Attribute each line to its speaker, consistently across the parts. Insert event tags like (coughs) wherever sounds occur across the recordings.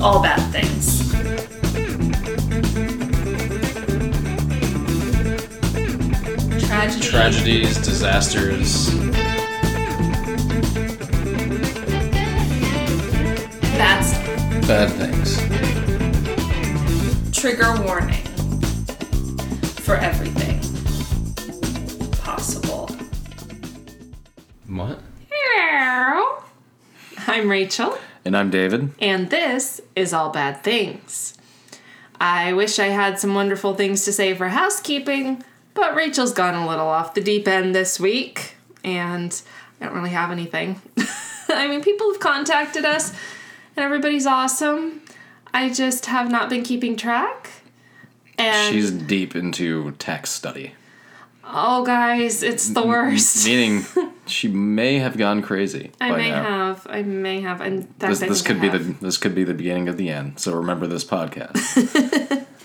Speaker 1: all bad things. Tragedy.
Speaker 2: Tragedies, disasters,
Speaker 1: That's
Speaker 2: bad things.
Speaker 1: trigger warning for everything possible.
Speaker 2: What?
Speaker 1: Hello. I'm Rachel.
Speaker 2: And I'm David.
Speaker 1: And this is All Bad Things. I wish I had some wonderful things to say for housekeeping, but Rachel's gone a little off the deep end this week, and I don't really have anything. (laughs) I mean, people have contacted us, and everybody's awesome. I just have not been keeping track. And
Speaker 3: She's deep into tax study,
Speaker 1: oh, guys, it's the worst. (laughs)
Speaker 3: meaning she may have gone crazy
Speaker 1: I
Speaker 3: by
Speaker 1: may
Speaker 3: now.
Speaker 1: have. I may have. And that
Speaker 3: This,
Speaker 1: I
Speaker 3: this
Speaker 1: think I
Speaker 3: could be
Speaker 1: have.
Speaker 3: the this could be the beginning of the end. So remember
Speaker 1: (laughs)
Speaker 3: this podcast. (laughs)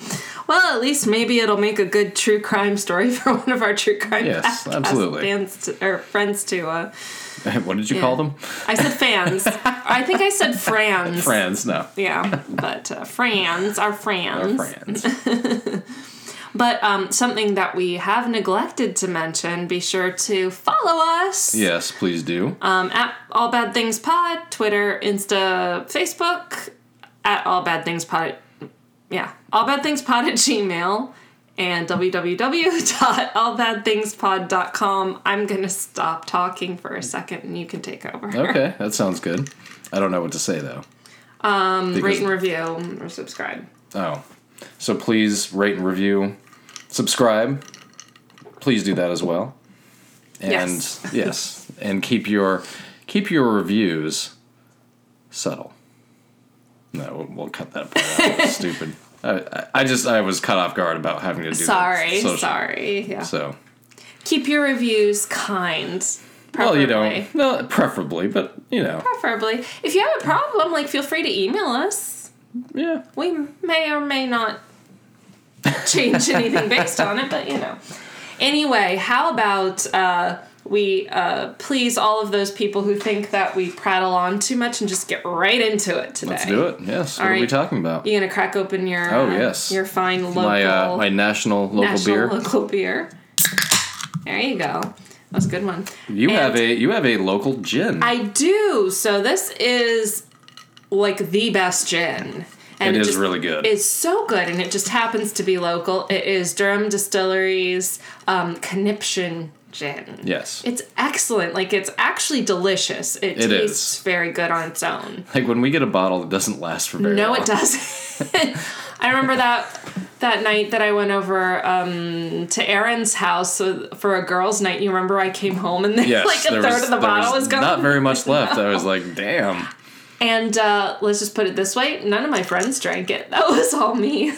Speaker 1: Well, at least maybe it'll make a good true crime story (laughs) for one of our true crime
Speaker 3: Yes,
Speaker 1: podcast
Speaker 3: absolutely.
Speaker 1: fans to, or friends to. Uh,
Speaker 3: what did you call them?
Speaker 1: I said
Speaker 3: (laughs)
Speaker 1: fans. I think I said frans.
Speaker 3: Friends? No,
Speaker 1: Yeah, but uh, frans are
Speaker 3: Our
Speaker 1: frans.
Speaker 3: friends.
Speaker 1: But um, something that we have neglected to mention. Be sure to follow us.
Speaker 3: yes,
Speaker 1: (laughs)
Speaker 3: please do.
Speaker 1: Um, at All Bad Things Pod, Twitter, Insta, Facebook, at All Bad Things Pod. Yeah, All Bad Things Pod at Gmail and www.allbadthingspod.com. I'm going to stop talking for a second and you can take over.
Speaker 3: okay, that sounds good. I don't know what to say though. Um,
Speaker 1: Rate and review or subscribe.
Speaker 3: Oh. So please rate and review, subscribe. Please do that as well. And
Speaker 1: Yes. (laughs)
Speaker 3: yes, and keep your keep your reviews subtle. No, we'll, we'll cut that part
Speaker 1: (laughs)
Speaker 3: out. That's stupid. I- I, I just I was cut off guard about having to do that
Speaker 1: Sorry,
Speaker 3: social-
Speaker 1: sorry. Yeah.
Speaker 3: So
Speaker 1: Keep your reviews kind.
Speaker 3: well,
Speaker 1: preferably.
Speaker 3: you don't. No, preferably, but you know,
Speaker 1: Preferably. If you have a problem, like, feel free to email us.
Speaker 3: yeah.
Speaker 1: we may or may not change anything based on it, but you know. Anyway, how about uh, we uh, please all of those people who think that we prattle on too much and just get right into it today?
Speaker 3: Let's do it. Yes. what are we
Speaker 1: right.
Speaker 3: talking about?
Speaker 1: You gonna crack open your
Speaker 3: Oh,
Speaker 1: uh,
Speaker 3: yes.
Speaker 1: your fine local
Speaker 3: My uh, my national local
Speaker 1: national
Speaker 3: beer.
Speaker 1: local beer. There you go. That was a good one.
Speaker 3: You
Speaker 1: And
Speaker 3: have a you have a local gin.
Speaker 1: I do. So this is like the best gin. And
Speaker 3: It is
Speaker 1: just-
Speaker 3: really good.
Speaker 1: It's so good, and it just happens to be local. It is Durham Distilleries um, Conniption Gin.
Speaker 3: yes.
Speaker 1: It's excellent. Like it's actually delicious. It,
Speaker 3: It
Speaker 1: tastes
Speaker 3: is.
Speaker 1: very good on its own.
Speaker 3: Like when we get a bottle that doesn't last for very
Speaker 1: No,
Speaker 3: long.
Speaker 1: it doesn't. (laughs) I remember that that night that I went over um, to Aaron's house with- for a girls' night. You remember I came home and there, (laughs)
Speaker 3: Yes,
Speaker 1: like a
Speaker 3: there
Speaker 1: third
Speaker 3: was-
Speaker 1: of the
Speaker 3: there
Speaker 1: bottle was, gone.
Speaker 3: Not very much left. I was like, damn.
Speaker 1: and uh, let's just put it this way: none of my friends drank it. (laughs) That was all me.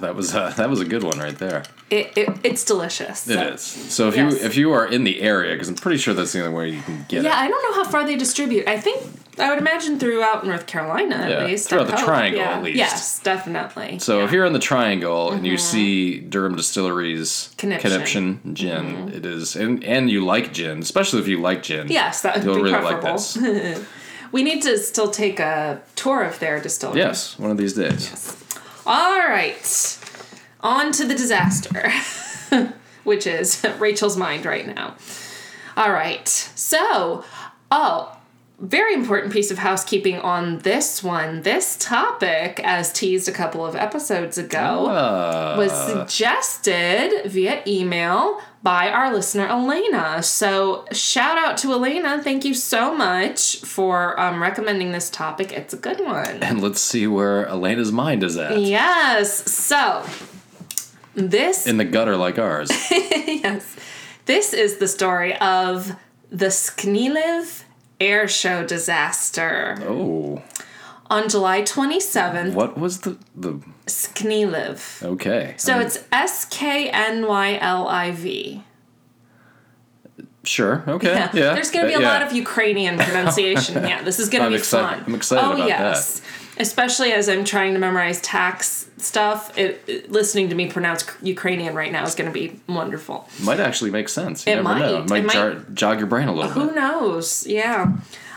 Speaker 3: That was a, that was a good one right there.
Speaker 1: It, it it's delicious.
Speaker 3: It is. So if
Speaker 1: Yes.
Speaker 3: you if you are in the area, because I'm pretty sure that's the only way you can get
Speaker 1: Yeah,
Speaker 3: it.
Speaker 1: I don't know how far they distribute. I think I would imagine throughout North Carolina at
Speaker 3: Yeah,
Speaker 1: least.
Speaker 3: throughout
Speaker 1: I
Speaker 3: the
Speaker 1: hope.
Speaker 3: triangle,
Speaker 1: yeah.
Speaker 3: at least.
Speaker 1: Yes, definitely.
Speaker 3: So if you're in the Triangle and
Speaker 1: Mhm.
Speaker 3: you see Durham Distilleries
Speaker 1: Conniption.
Speaker 3: gin,
Speaker 1: Mhm.
Speaker 3: it is, and and you like gin, especially if you like gin.
Speaker 1: yes, that would
Speaker 3: you'll
Speaker 1: be
Speaker 3: really like
Speaker 1: preferable.
Speaker 3: this.
Speaker 1: (laughs) We need to still take a tour of their distillery.
Speaker 3: yes, one of these days.
Speaker 1: All right. On to the disaster, (laughs) which is (laughs) Rachel's mind right now. All right. So, oh, very important piece of housekeeping on this one. This topic, as teased a couple of episodes ago,
Speaker 3: Uh,
Speaker 1: was suggested via email by our listener Elena. So shout out to Elena. Thank you so much for um, recommending this topic. It's a good one.
Speaker 3: and let's see where Elena's mind is at
Speaker 1: Yes. So this
Speaker 3: in the gutter like ours.
Speaker 1: (laughs) yes, this is the story of the Sknilev air show disaster
Speaker 3: Oh,
Speaker 1: on July 27th.
Speaker 3: what was the the
Speaker 1: Sknilev.
Speaker 3: okay?
Speaker 1: So it's S K N Y L I V.
Speaker 3: Sure. Okay. (laughs) Yeah.
Speaker 1: There's going to be a
Speaker 3: Yeah.
Speaker 1: lot of Ukrainian
Speaker 3: (laughs)
Speaker 1: pronunciation. yeah, this is going to
Speaker 3: I'm
Speaker 1: be
Speaker 3: excited-
Speaker 1: fun.
Speaker 3: I'm excited
Speaker 1: Oh
Speaker 3: about
Speaker 1: yes, especially as I'm trying to memorize tax stuff. It, it- listening to me pronounce Ukrainian right now is going to be wonderful.
Speaker 3: might actually make sense. You
Speaker 1: It
Speaker 3: never know. It
Speaker 1: might.
Speaker 3: might,
Speaker 1: It
Speaker 3: jar- jog your brain a little
Speaker 1: Who
Speaker 3: bit.
Speaker 1: knows? Yeah.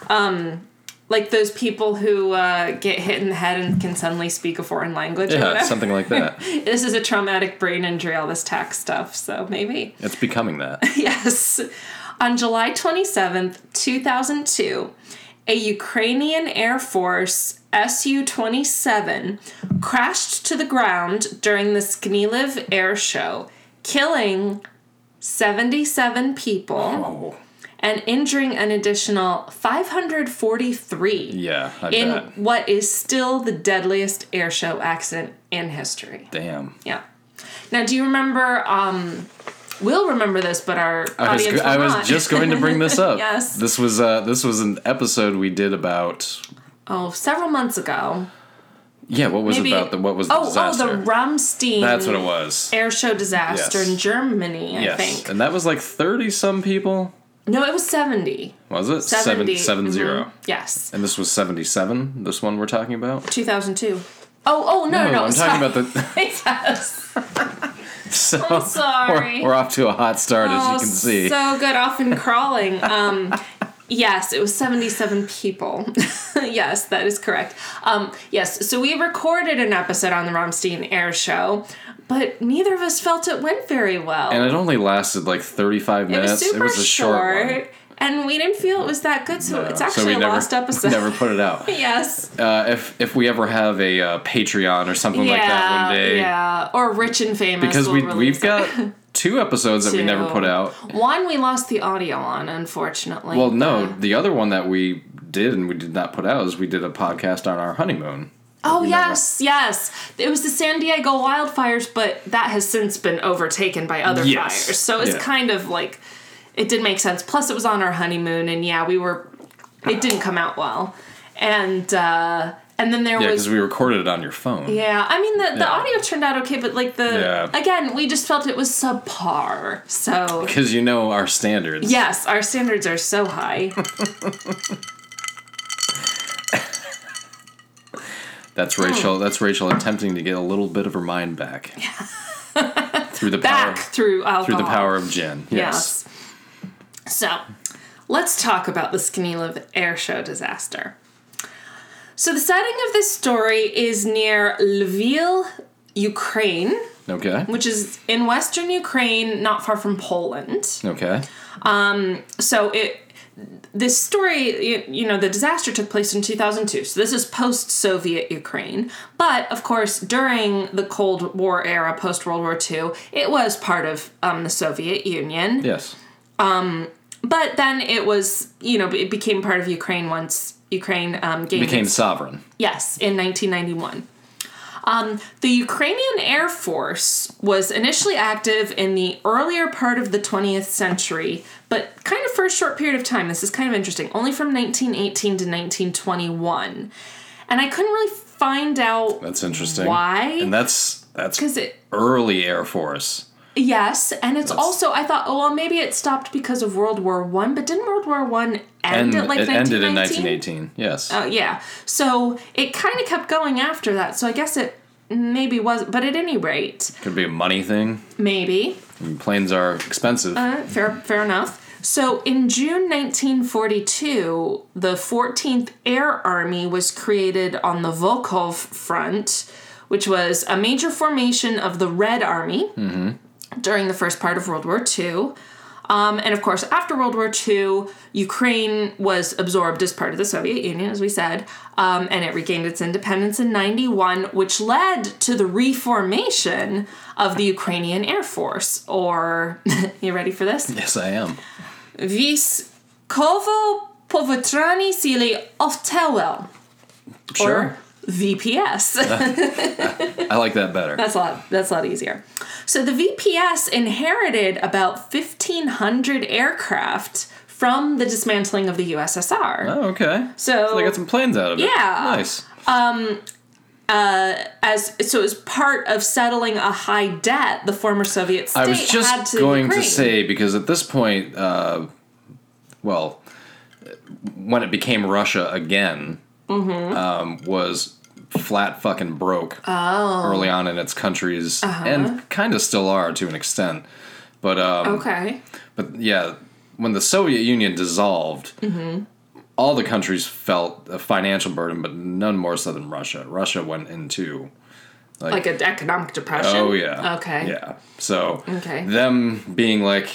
Speaker 1: Um, like those people who uh, get hit in the head and can suddenly speak a foreign language. or
Speaker 3: Yeah,
Speaker 1: whatever.
Speaker 3: something like that.
Speaker 1: (laughs) This is a traumatic brain injury, all this tax stuff, so maybe.
Speaker 3: It's
Speaker 1: (laughs)
Speaker 3: becoming that.
Speaker 1: Yes. On July 27th, 2002, a Ukrainian Air Force Su 27 crashed to the ground during the Sknilev air show, killing 77 people
Speaker 3: Oh,
Speaker 1: and injuring an additional 543
Speaker 3: yeah, I
Speaker 1: in
Speaker 3: bet.
Speaker 1: what is still the deadliest air show accident in history.
Speaker 3: Damn.
Speaker 1: Yeah. Now, do you remember? Um, we'll remember this, but our
Speaker 3: I was,
Speaker 1: audience will
Speaker 3: I
Speaker 1: not.
Speaker 3: was just going to bring
Speaker 1: (laughs)
Speaker 3: this up.
Speaker 1: Yes.
Speaker 3: This was uh, this was an episode we did about
Speaker 1: oh, several months ago.
Speaker 3: yeah. What was
Speaker 1: Maybe
Speaker 3: about the what was the
Speaker 1: oh
Speaker 3: disaster?
Speaker 1: oh the Ramstein.
Speaker 3: That's what it was.
Speaker 1: Air show disaster
Speaker 3: Yes.
Speaker 1: in Germany. I
Speaker 3: yes,
Speaker 1: think.
Speaker 3: and that was like thirty some people.
Speaker 1: No, it was seventy.
Speaker 3: Was it
Speaker 1: Seventy. Mm-hmm.
Speaker 3: seven seven zero?
Speaker 1: Yes,
Speaker 3: And this was seventy seven. This one we're talking about.
Speaker 1: two thousand two. Oh oh no no,
Speaker 3: I'm
Speaker 1: sorry.
Speaker 3: talking about the.
Speaker 1: (laughs)
Speaker 3: (laughs)
Speaker 1: yes.
Speaker 3: So
Speaker 1: I'm sorry.
Speaker 3: We're, we're off to a hot start, as
Speaker 1: Oh,
Speaker 3: you can see.
Speaker 1: So good off and crawling. Um, yes, it was 77 people. (laughs) yes, that is correct. Um, yes, so we recorded an episode on the Romstein Air Show, but neither of us felt it went very well.
Speaker 3: and it only lasted like thirty five
Speaker 1: it
Speaker 3: minutes.
Speaker 1: was super
Speaker 3: a
Speaker 1: short.
Speaker 3: short one.
Speaker 1: And we didn't feel it was that good, so it's
Speaker 3: So
Speaker 1: actually
Speaker 3: (laughs) we
Speaker 1: a
Speaker 3: never-
Speaker 1: lost episode. (laughs)
Speaker 3: Never put it out.
Speaker 1: yes.
Speaker 3: Uh, if if we ever have a uh, Patreon or something
Speaker 1: yeah.
Speaker 3: like that one day,
Speaker 1: Yeah. Or rich and famous.
Speaker 3: because
Speaker 1: will
Speaker 3: we
Speaker 1: release
Speaker 3: we've
Speaker 1: it.
Speaker 3: got
Speaker 1: (laughs)
Speaker 3: two episodes that we never
Speaker 1: Two.
Speaker 3: put out.
Speaker 1: one we lost the audio on, unfortunately.
Speaker 3: Well, no, the other one that we did and we did not put out is we did a podcast on our honeymoon.
Speaker 1: Oh
Speaker 3: you know,
Speaker 1: yes, yes. It was the San Diego wildfires, but that has since been overtaken by other
Speaker 3: Yes.
Speaker 1: fires. So it's
Speaker 3: Yeah.
Speaker 1: kind of like it did make sense. Plus, it was on our honeymoon, and yeah, we were. It didn't come out well, and uh, and then there
Speaker 3: Yeah,
Speaker 1: was.
Speaker 3: because we recorded it on your phone.
Speaker 1: yeah, I mean the, the
Speaker 3: Yeah.
Speaker 1: audio turned out okay, but like the
Speaker 3: Yeah.
Speaker 1: again, we just felt it was subpar. So
Speaker 3: Because you know our standards.
Speaker 1: yes, our standards are so
Speaker 3: (laughs)
Speaker 1: high.
Speaker 3: That's
Speaker 1: Hmm.
Speaker 3: Rachel. That's Rachel attempting to get a little bit of her mind back (laughs) through the
Speaker 1: Back
Speaker 3: power
Speaker 1: through alcohol.
Speaker 3: through the power of gin.
Speaker 1: Yes.
Speaker 3: Yes.
Speaker 1: So, let's talk about the Skanilev air show disaster. So, the setting of this story is near Lviv, Ukraine,
Speaker 3: Okay.
Speaker 1: which is in western Ukraine, not far from Poland.
Speaker 3: Okay.
Speaker 1: So, it this story, you, you know, the disaster took place in 2002. So, this is post Soviet Ukraine. But, of course, during the Cold War era, post World War II, it was part of um, the Soviet Union.
Speaker 3: Yes.
Speaker 1: but then it was you know it became part of ukraine once ukraine um, gained
Speaker 3: Became
Speaker 1: its-
Speaker 3: sovereign.
Speaker 1: yes in 1991 um, the ukrainian air force was initially active in the earlier part of the 20th century but kind of for a short period of time this is kind of interesting only from 1918 to 1921 and i couldn't really find out
Speaker 3: That's interesting.
Speaker 1: Why?
Speaker 3: And that's that's
Speaker 1: because it
Speaker 3: early Air Force.
Speaker 1: yes and it's also i thought oh well maybe it stopped because of world war one but didn't world war one end
Speaker 3: And
Speaker 1: at like
Speaker 3: it ended in
Speaker 1: 1919
Speaker 3: 1918. Yes.
Speaker 1: Oh yeah. So it kind of kept going after that. So I guess it maybe was, but at any rate,
Speaker 3: Could be a money thing.
Speaker 1: maybe
Speaker 3: I mean, planes are expensive.
Speaker 1: Uh, fair fair enough. So in June 1942, the 14th Air Army was created on the Volkhov Front, which was a major formation of the Red Army during the first part of World War II. Um, and of course, after World War II, Ukraine was absorbed as part of the Soviet Union, as we said, um, and it regained its independence in 91, which led to the reformation of the Ukrainian Air Force, or, (laughs) you ready for this?
Speaker 3: yes, I am.
Speaker 1: Vійськово Povetrani Sili Oftewel, or VPS.
Speaker 3: I like that better.
Speaker 1: (laughs) That's a lot. That's a lot easier. So the VPS inherited about fifteen hundred aircraft from the dismantling of the USSR.
Speaker 3: Oh, okay.
Speaker 1: So,
Speaker 3: they got some planes out of it.
Speaker 1: Yeah.
Speaker 3: Nice.
Speaker 1: as so as part of settling a high debt, the former Soviet state
Speaker 3: I was
Speaker 1: had
Speaker 3: just
Speaker 1: to
Speaker 3: going to
Speaker 1: Ukraine.
Speaker 3: say because at this point, uh, well, when it became Russia again,
Speaker 1: Mm-hmm.
Speaker 3: um, was flat fucking broke
Speaker 1: Oh.
Speaker 3: early on in its countries,
Speaker 1: Uh-huh.
Speaker 3: and kind of still are to an extent. But um,
Speaker 1: Okay. Mm-hmm.
Speaker 3: but yeah, when the Soviet Union dissolved, all the countries felt a financial burden, but none more so than Russia. Russia went into
Speaker 1: Like an economic depression.
Speaker 3: oh yeah
Speaker 1: Okay.
Speaker 3: yeah. So
Speaker 1: Okay.
Speaker 3: them being like.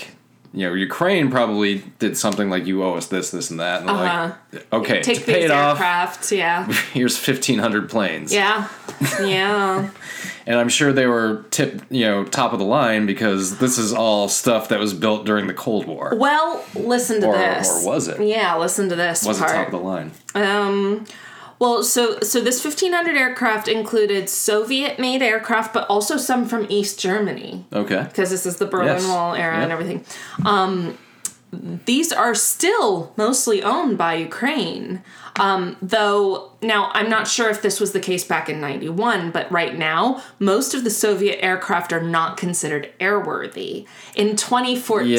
Speaker 3: You know, Ukraine probably did something like you owe us this, this, and that, and they're like, okay,
Speaker 1: Uh-huh. Take
Speaker 3: to
Speaker 1: these
Speaker 3: pay it off,
Speaker 1: aircraft. Yeah.
Speaker 3: (laughs) here's fifteen hundred planes.
Speaker 1: Yeah. Yeah.
Speaker 3: and I'm sure they were tip, you know, top of the line because this is all stuff that was built during the Cold War,
Speaker 1: well, listen to
Speaker 3: or,
Speaker 1: this.
Speaker 3: or was it?
Speaker 1: Yeah, listen to this
Speaker 3: Was it
Speaker 1: part.
Speaker 3: top of the line?
Speaker 1: Um, well, so so this 1500 aircraft included Soviet-made aircraft, but also some from East Germany
Speaker 3: Okay.
Speaker 1: because this is the Berlin
Speaker 3: Yes.
Speaker 1: Wall era and
Speaker 3: Yep.
Speaker 1: everything. Um, these are still mostly owned by Ukraine, um, though. Now I'm not sure if this was the case back in '91, but right now most of the Soviet aircraft are not considered airworthy. In 2014,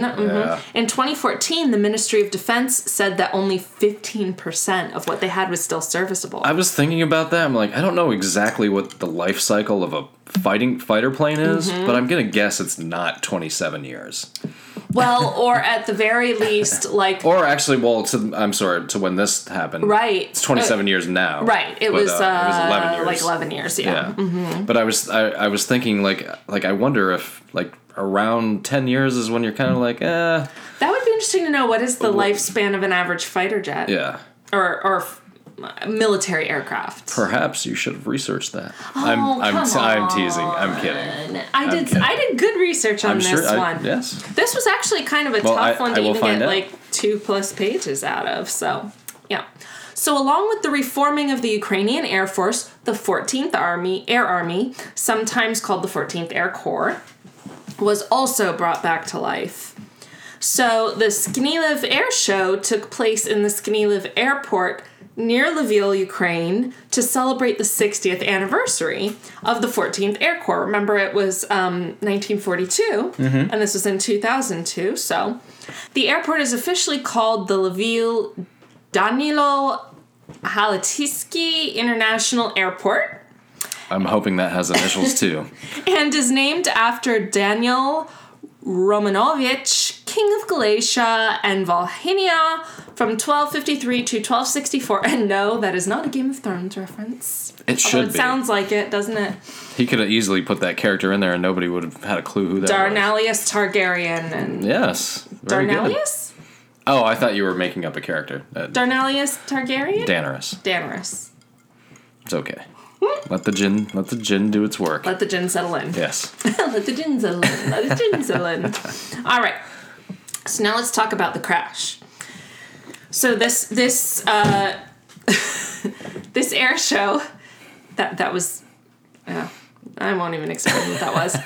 Speaker 3: Yeah,
Speaker 1: mhm,
Speaker 3: yeah.
Speaker 1: in 2014, the Ministry of Defense said that only 15% of what they had was still serviceable.
Speaker 3: I was thinking about that. I'm like, I don't know exactly what the life cycle of a fighting fighter plane is,
Speaker 1: Mm-hmm.
Speaker 3: but I'm gonna guess it's not 27 years.
Speaker 1: well, or at the very least, like
Speaker 3: (laughs) Or actually, well, to, I'm sorry, to when this happened,
Speaker 1: right,
Speaker 3: It's 27 years now.
Speaker 1: Right. It
Speaker 3: but,
Speaker 1: was, uh,
Speaker 3: it was 11 years.
Speaker 1: like Mm-hmm. 11 years. Yeah.
Speaker 3: Yeah. But I was I, I was thinking like like I wonder if like around 10 years is when you're kind of like eh
Speaker 1: That would be interesting to know what is the lifespan of an average fighter jet
Speaker 3: yeah.
Speaker 1: or, or f- military aircraft.
Speaker 3: Perhaps you should have researched that. I'm
Speaker 1: Oh,
Speaker 3: I'm
Speaker 1: come
Speaker 3: te- I'm teasing. I'm kidding.
Speaker 1: I did
Speaker 3: kidding.
Speaker 1: I did good research on
Speaker 3: I'm
Speaker 1: this
Speaker 3: sure. I-
Speaker 1: one.
Speaker 3: yes.
Speaker 1: This was actually kind of a
Speaker 3: Well,
Speaker 1: tough
Speaker 3: I-
Speaker 1: one
Speaker 3: I
Speaker 1: to
Speaker 3: will
Speaker 1: even
Speaker 3: find
Speaker 1: get
Speaker 3: out.
Speaker 1: like two plus pages out of. So, yeah. So, along with the reforming of the Ukrainian Air Force, the 14th Army, Air Army, sometimes called the 14th Air Corps, was also brought back to life. So, the Skinilev Air Show took place in the Skinilev Airport near Lviv, Ukraine, to celebrate the 60th anniversary of the 14th Air Corps. Remember, it was um, 1942,
Speaker 3: Mm-hmm.
Speaker 1: and this was in 2002. So, the airport is officially called the Lviv Danilo Halatiski International Airport
Speaker 3: I'm hoping that has
Speaker 1: (laughs)
Speaker 3: initials too.
Speaker 1: and is named after Daniel Romanovich, king of Galatia and Volhynia from 1253 to 1264. And no, that is not a Game of Thrones reference.
Speaker 3: It
Speaker 1: Although
Speaker 3: should
Speaker 1: it
Speaker 3: be.
Speaker 1: sounds like it, doesn't it?
Speaker 3: he could have easily put that character in there and nobody would have had a clue who that was.
Speaker 1: Darnalius Targaryen and
Speaker 3: Yes. Very good.
Speaker 1: Darnalius?
Speaker 3: Oh, I thought you were making up a character. Uh,
Speaker 1: Darnalius Targaryen?
Speaker 3: Daenerys.
Speaker 1: Damaris.
Speaker 3: It's okay. Let the gin let the gin do its work.
Speaker 1: Let the gin settle in.
Speaker 3: yes.
Speaker 1: let (laughs) the gin settle in. Let the gin settle in. All right. So now let's talk about the crash. So this this uh, (laughs) this air show that that was yeah, I won't even explain what that was.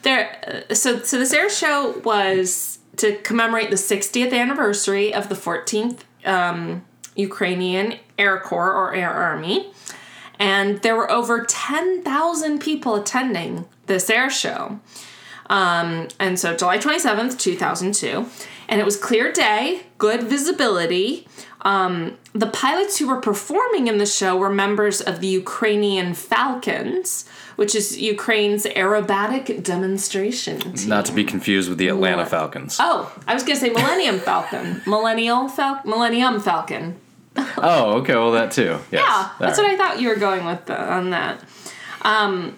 Speaker 1: There. uh, So so this air show was to commemorate the 60th anniversary of the 14th um, Ukrainian Air Corps or Air Army and there were over 10,000 people attending this air show. Um, and so July 27th, 2002, and it was clear day, good visibility. Um, the pilots who were performing in the show were members of the Ukrainian Falcons, which is Ukraine's aerobatic demonstration team.
Speaker 3: Not to be confused with the Atlanta Falcons.
Speaker 1: Oh, I was gonna say Millennium Falcon, Millennial Falcon, Millennium Falcon.
Speaker 3: Oh, okay. Well, that too. Yes.
Speaker 1: Yeah, that's
Speaker 3: All
Speaker 1: what I thought you were going with the, on that. Um,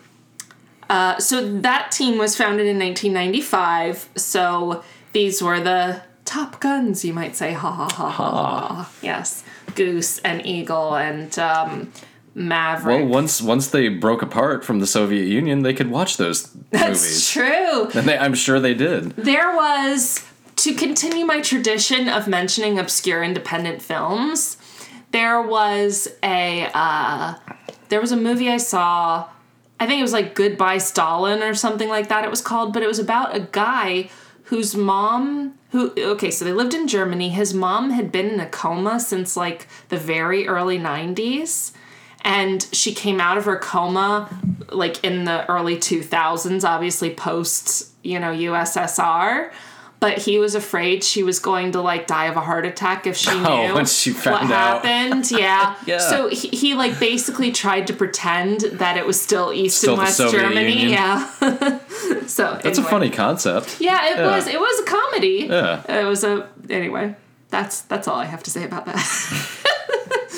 Speaker 1: uh, so that team was founded in 1995. So these were the top guns, you might say. Ha ha ha ha. ha. Yes, Goose and Eagle and um, Maverick.
Speaker 3: Well, once once they broke apart from the Soviet Union, they could watch those
Speaker 1: that's
Speaker 3: movies.
Speaker 1: true.
Speaker 3: And they, I'm sure they did.
Speaker 1: There was, to continue my tradition of mentioning obscure independent films, there was a uh, there was a movie I saw. I think it was like Goodbye Stalin or something like that. It was called, but it was about a guy whose mom who okay, so they lived in Germany. His mom had been in a coma since like the very early 90s and she came out of her coma like in the early 2000s obviously post you know ussr but he was afraid she was going to like die of a heart attack if she knew
Speaker 3: (laughs) Oh, once she found
Speaker 1: what
Speaker 3: out. (laughs)
Speaker 1: happened yeah.
Speaker 3: Yeah.
Speaker 1: so he, he like basically tried to pretend that it was still east
Speaker 3: Still
Speaker 1: and
Speaker 3: the
Speaker 1: west
Speaker 3: Soviet
Speaker 1: germany
Speaker 3: Union.
Speaker 1: yeah (laughs) so
Speaker 3: That's a funny concept.
Speaker 1: yeah it was it was a comedy
Speaker 3: Yeah.
Speaker 1: it was a anyway That's that's all I have to say about that. (laughs)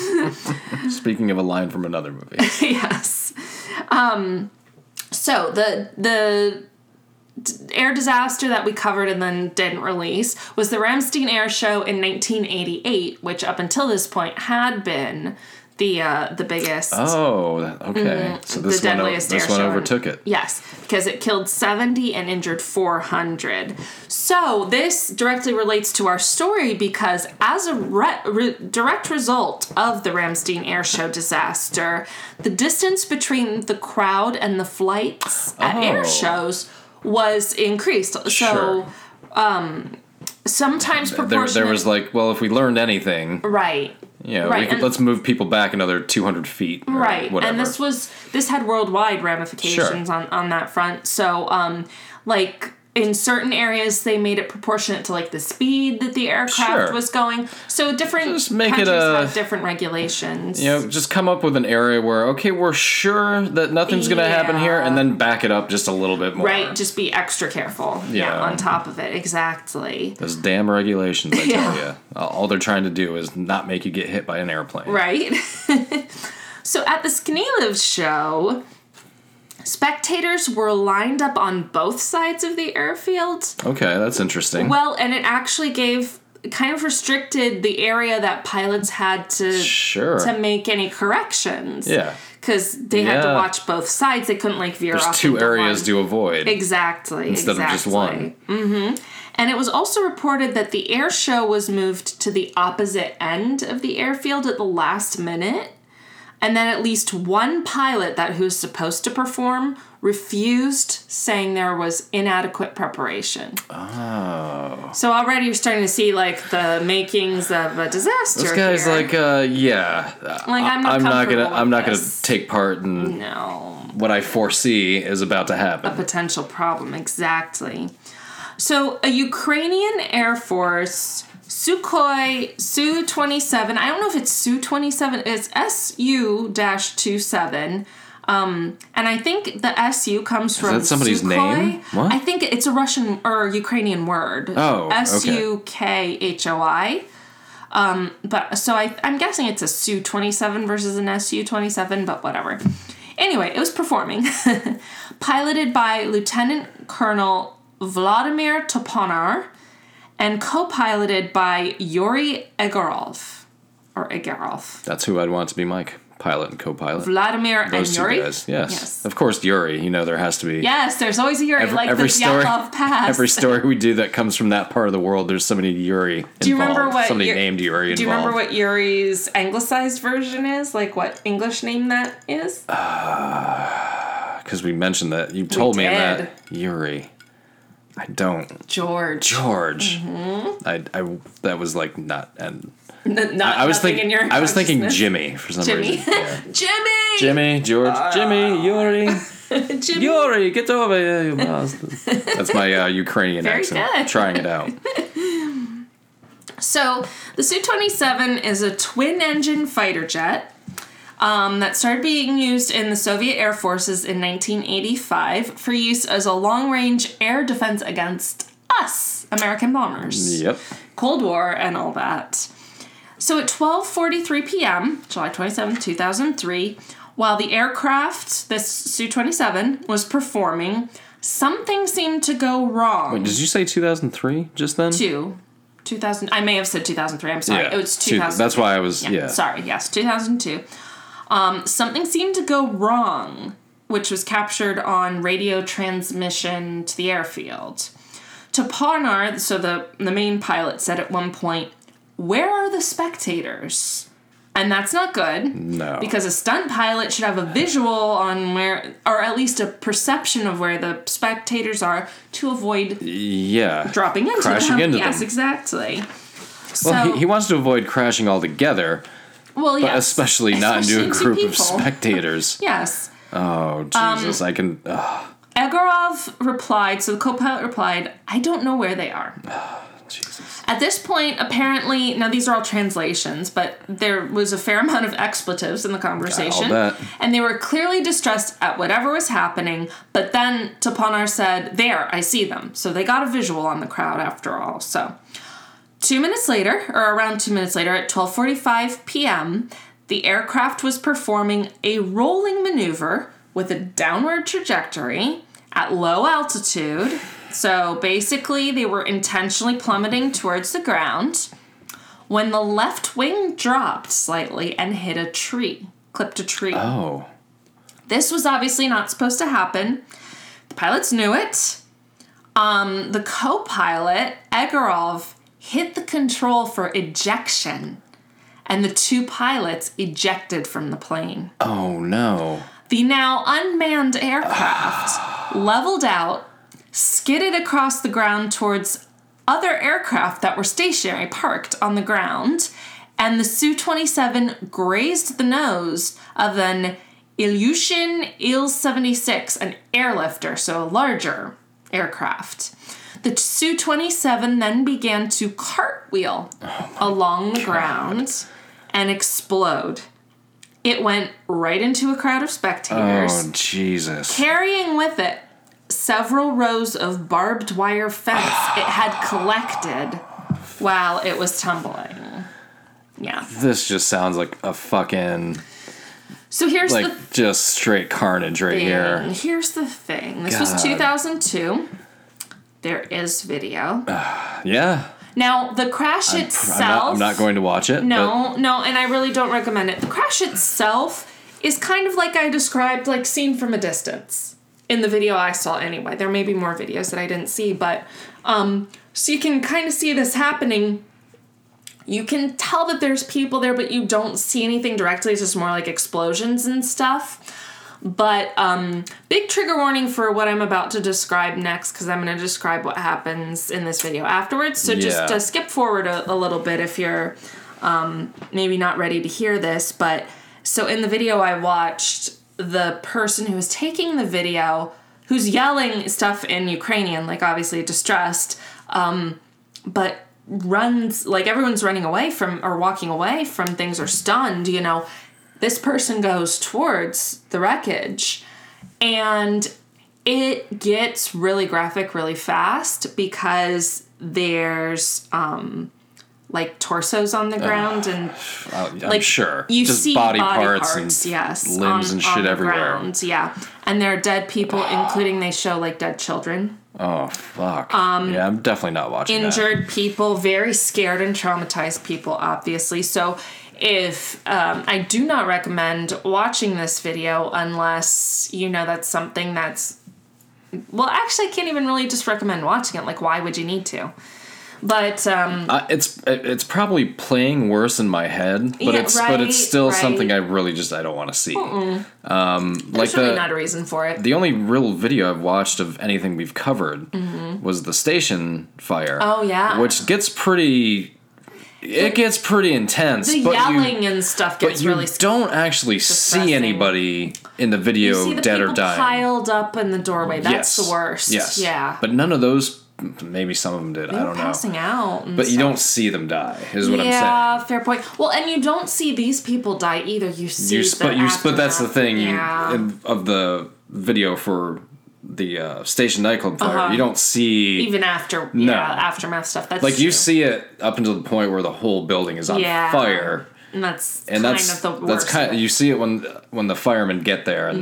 Speaker 3: Speaking of a line from another movie,
Speaker 1: yes. Um, so the the d- air disaster that we covered and then didn't release was the Ramstein Air Show in 1988, which up until this point had been the uh, the biggest.
Speaker 3: oh, that- okay. So
Speaker 1: Mm-hmm. The
Speaker 3: this one, o-
Speaker 1: deadliest
Speaker 3: this
Speaker 1: air
Speaker 3: one
Speaker 1: show.
Speaker 3: overtook it.
Speaker 1: Yes, because it killed 70 and injured 400. So, this directly relates to our story because, as a re- re- direct result of the Ramstein Air Show disaster, the distance between the crowd and the flights at air
Speaker 3: Oh.
Speaker 1: shows was increased. So,
Speaker 3: Sure.
Speaker 1: um, sometimes
Speaker 3: There,
Speaker 1: proportionate.
Speaker 3: there was like, well, if we learned anything,
Speaker 1: right.
Speaker 3: you know,
Speaker 1: Right,
Speaker 3: we could,
Speaker 1: and-
Speaker 3: let's move people back another 200 feet or
Speaker 1: right
Speaker 3: whatever.
Speaker 1: and this was this had worldwide ramifications
Speaker 3: Sure.
Speaker 1: on on that front so um like in certain areas they made it proportionate to like the speed that the aircraft
Speaker 3: Sure.
Speaker 1: was going so different
Speaker 3: Just make it
Speaker 1: countries
Speaker 3: a-
Speaker 1: have different regulations
Speaker 3: you know, just come up with an area where, okay, we're sure that nothing's going to happen here, and then back it up just a little bit more.
Speaker 1: right just be extra careful yeah.
Speaker 3: Yeah.
Speaker 1: on top of it exactly
Speaker 3: Those damn regulations, I
Speaker 1: (laughs) Yeah.
Speaker 3: tell you. All they're trying to do is not make you get hit by an airplane.
Speaker 1: Right? (laughs) so at the Skneeliv show, spectators were lined up on both sides of the airfield
Speaker 3: Okay, that's interesting.
Speaker 1: Well, and it actually gave kind of restricted the area that pilots had to
Speaker 3: sure.
Speaker 1: to make any corrections.
Speaker 3: yeah.
Speaker 1: Because they had to
Speaker 3: Yeah.
Speaker 1: watch both sides. They couldn't like veer
Speaker 3: There's
Speaker 1: off.
Speaker 3: two
Speaker 1: into
Speaker 3: areas
Speaker 1: one.
Speaker 3: to avoid.
Speaker 1: exactly
Speaker 3: instead of just one.
Speaker 1: Mm-hmm. And it was also reported that the air show was moved to the opposite end of the airfield at the last minute. And then at least one pilot that who was supposed to perform refused, saying there was inadequate preparation.
Speaker 3: Oh.
Speaker 1: So already you're starting to see like the makings of a disaster.
Speaker 3: This guy's
Speaker 1: here.
Speaker 3: like, uh, yeah.
Speaker 1: Like, I'm not
Speaker 3: gonna.
Speaker 1: comfortable
Speaker 3: I'm
Speaker 1: with
Speaker 3: not gonna
Speaker 1: this.
Speaker 3: take part in
Speaker 1: no
Speaker 3: what I foresee is about to happen.
Speaker 1: potential problem exactly. So a Ukrainian air force Sukhoi Su 27. I don't know if it's Su 27. It's Su 27. Um, and I think the Su comes from
Speaker 3: that somebody's
Speaker 1: Sukhoi.
Speaker 3: name? What?
Speaker 1: I think it's a Russian or Ukrainian word.
Speaker 3: Oh, okay.
Speaker 1: S U K H O I. Um, but so I, I'm guessing it's a Su 27 versus an Su 27, but whatever. Anyway, it was performing, (laughs) piloted by Lieutenant Colonel Vladimir Toponar and co piloted by Yuri Egorov. Or Egorov.
Speaker 3: That's who I'd want to be Mike, pilot and co-pilot.
Speaker 1: Vladimir
Speaker 3: Those
Speaker 1: and
Speaker 3: two
Speaker 1: Yuri.
Speaker 3: guys. Yes.
Speaker 1: Yes.
Speaker 3: Of course, Yuri. You know there has to be.
Speaker 1: Yes, there's always a Yuri
Speaker 3: Every-
Speaker 1: like
Speaker 3: (laughs) every
Speaker 1: the
Speaker 3: story-
Speaker 1: Yatlov Pass.
Speaker 3: Every story we do that comes from that part of the world, there's somebody Yuri involved.
Speaker 1: do you remember what
Speaker 3: somebody
Speaker 1: Yur-
Speaker 3: named Yuri involved?
Speaker 1: Do you remember what Yuri's anglicized version is? Like what English name that is?
Speaker 3: Uh, Because we mentioned that you told me
Speaker 1: did.
Speaker 3: that Yuri. I don't.
Speaker 1: George.
Speaker 3: George. I, I that was like not and
Speaker 1: N- Mm-hmm. not,
Speaker 3: I was
Speaker 1: nothing in
Speaker 3: thinking
Speaker 1: your
Speaker 3: I was thinking
Speaker 1: consciousness.
Speaker 3: Jimmy for some
Speaker 1: Jimmy. Ah. (laughs)
Speaker 3: reason. Yeah.
Speaker 1: Jimmy.
Speaker 3: Jimmy, George, Jimmy, Yuri,
Speaker 1: Jimmy.
Speaker 3: Yuri, get over here,
Speaker 1: (laughs)
Speaker 3: you bastard. That's my uh, Ukrainian
Speaker 1: Very
Speaker 3: accent.
Speaker 1: good.
Speaker 3: Trying
Speaker 1: (laughs)
Speaker 3: it out.
Speaker 1: So the Su 27 is a twin engine fighter jet um, that started being used in the Soviet Air Forces in 1985 for use as a long range air defense against us, American bombers.
Speaker 3: Yep.
Speaker 1: Cold War and all that. So at 12:43 p.m., July 27, 2003, while the aircraft, this Su-27, was performing, something seemed to go wrong.
Speaker 3: Did you say 2003 just then?
Speaker 1: two, 2000. I may have said 2003. I'm sorry.
Speaker 3: Yeah.
Speaker 1: It was
Speaker 3: two-
Speaker 1: 2000.
Speaker 3: That's why I was yeah.
Speaker 1: Sorry. Yes, 2002. Um, something seemed to go wrong, which was captured on radio transmission to the airfield. Toponar, so the the main pilot, said at one point, "Where are the spectators?" And that's not good
Speaker 3: No.
Speaker 1: because a stunt pilot should have a visual on where, or at least a perception of where the spectators are to avoid
Speaker 3: yeah.
Speaker 1: dropping into
Speaker 3: Crashing
Speaker 1: them.
Speaker 3: into
Speaker 1: yes,
Speaker 3: them.
Speaker 1: exactly. So,
Speaker 3: Well, he, he wants to avoid crashing altogether,
Speaker 1: well,
Speaker 3: but
Speaker 1: yes.
Speaker 3: especially not into a
Speaker 1: Especially to
Speaker 3: group of
Speaker 1: people. (laughs)
Speaker 3: spectators.
Speaker 1: Yes.
Speaker 3: Oh Jesus! I can. Oh,
Speaker 1: Egorov replied, so the co pilot replied, I don't know where they are.
Speaker 3: Jesus.
Speaker 1: At this point, apparently, now these are all translations, but there was a fair (laughs) amount of expletives in the conversation.
Speaker 3: bet.
Speaker 1: And they were clearly distressed at whatever was happening, but then Toponar said, There, I see them. So they got a visual on the crowd after all. So Two minutes later, or around two minutes later, at 12:45 p.m., the aircraft was performing a rolling maneuver with a downward trajectory at low altitude. So basically, they were intentionally plummeting towards the ground when the left wing dropped slightly and hit a tree, clipped a tree.
Speaker 3: Oh.
Speaker 1: This was obviously not supposed to happen. The pilots knew it. Um, the co pilot, Egorov, hit the control for ejection, and the two pilots ejected from the plane.
Speaker 3: Oh no.
Speaker 1: The now unmanned aircraft leveled out, skidded across the ground towards other aircraft that were stationary, parked on the ground, and the Su 27 grazed the nose of an Ilyushin Il 76, an airlifter, so a larger aircraft. The Su 27 then began to cartwheel along the ground and explode. It went right into a crowd of spectators,
Speaker 3: Oh Jesus.
Speaker 1: carrying with it several rows of barbed wire fence it had collected while it was tumbling. Yeah.
Speaker 3: This just sounds like a fucking
Speaker 1: So here's
Speaker 3: like
Speaker 1: the
Speaker 3: just straight carnage right
Speaker 1: thing.
Speaker 3: here.
Speaker 1: Here's the thing. This
Speaker 3: God.
Speaker 1: was 2002. There is video.
Speaker 3: Yeah.
Speaker 1: Now, the crash itself.
Speaker 3: I'm not, I'm not going to watch it.
Speaker 1: No, no, and I really don't recommend it. The crash itself is kind of like I described, like seen from a distance in the video I saw anyway. There may be more videos that I didn't see, but um, so you can kind of see this happening. You can tell that there's people there, but you don't see anything directly. It's just more like explosions and stuff. But um, big trigger warning for what I'm about to describe next, because I'm going to describe what happens in this video afterwards. So just
Speaker 3: Yeah.
Speaker 1: uh, skip forward a, a little bit if you're um, maybe not ready to hear this, but so in the video I watched, the person who was taking the video, who's yelling stuff in Ukrainian, like obviously distressed, um, but runs, like everyone's running away from or walking away from things or stunned, you know. This person goes towards the wreckage and it gets really graphic really fast because there's um like torsos on the ground
Speaker 3: (sighs)
Speaker 1: and
Speaker 3: But I- I'm
Speaker 1: like
Speaker 3: sure.
Speaker 1: you
Speaker 3: just
Speaker 1: see
Speaker 3: body, parts, and
Speaker 1: yes,
Speaker 3: limbs and shit
Speaker 1: the
Speaker 3: everywhere.
Speaker 1: ground, yeah, and there are dead people, including they show like dead children,
Speaker 3: oh fuck. Um, yeah, I'm definitely not watching that.
Speaker 1: injured people, very scared and traumatized people, obviously. So, if um, I do not recommend watching this video unless you know that's something that's well, actually, I can't even really just recommend watching it. Like, why would you need to? But um,
Speaker 3: Uh, it's it- it's probably playing worse in my head, but
Speaker 1: Yeah,
Speaker 3: it's but
Speaker 1: right,
Speaker 3: it's still
Speaker 1: right.
Speaker 3: something I really just I don't want to see. Um, like
Speaker 1: there's really
Speaker 3: the
Speaker 1: not a reason for it.
Speaker 3: the only real video I've watched of anything we've covered was the station fire.
Speaker 1: Mm-hmm. Oh, yeah.
Speaker 3: which gets pretty. It gets pretty intense.
Speaker 1: the
Speaker 3: but
Speaker 1: yelling
Speaker 3: You,
Speaker 1: and stuff
Speaker 3: but
Speaker 1: gets
Speaker 3: you
Speaker 1: really
Speaker 3: don't actually
Speaker 1: depressing.
Speaker 3: see anybody in the video
Speaker 1: see the
Speaker 3: dead
Speaker 1: people
Speaker 3: or dying.
Speaker 1: piled up in the doorway. That's
Speaker 3: yes.
Speaker 1: the worst.
Speaker 3: Yes.
Speaker 1: Yeah.
Speaker 3: But none of those. Maybe some of them did. I
Speaker 1: They're
Speaker 3: don't know.
Speaker 1: passing out. and
Speaker 3: But you
Speaker 1: stuff.
Speaker 3: don't see them die. Is what I'm saying.
Speaker 1: yeah, fair point. Well, and you don't see these people die either. You see.
Speaker 3: you
Speaker 1: the
Speaker 3: but you but that's the
Speaker 1: aftermath.
Speaker 3: thing you-
Speaker 1: Yeah.
Speaker 3: in- of the video for the uh, station nightclub fire you don't see
Speaker 1: Uh-huh. Even after
Speaker 3: No.
Speaker 1: yeah, aftermath stuff. That's
Speaker 3: like you
Speaker 1: true.
Speaker 3: see it up until the point where the whole building is on
Speaker 1: Yeah.
Speaker 3: fire
Speaker 1: And that's
Speaker 3: and
Speaker 1: kind
Speaker 3: that's
Speaker 1: of the worst.
Speaker 3: that's kind
Speaker 1: of
Speaker 3: you see it when when the firemen get there and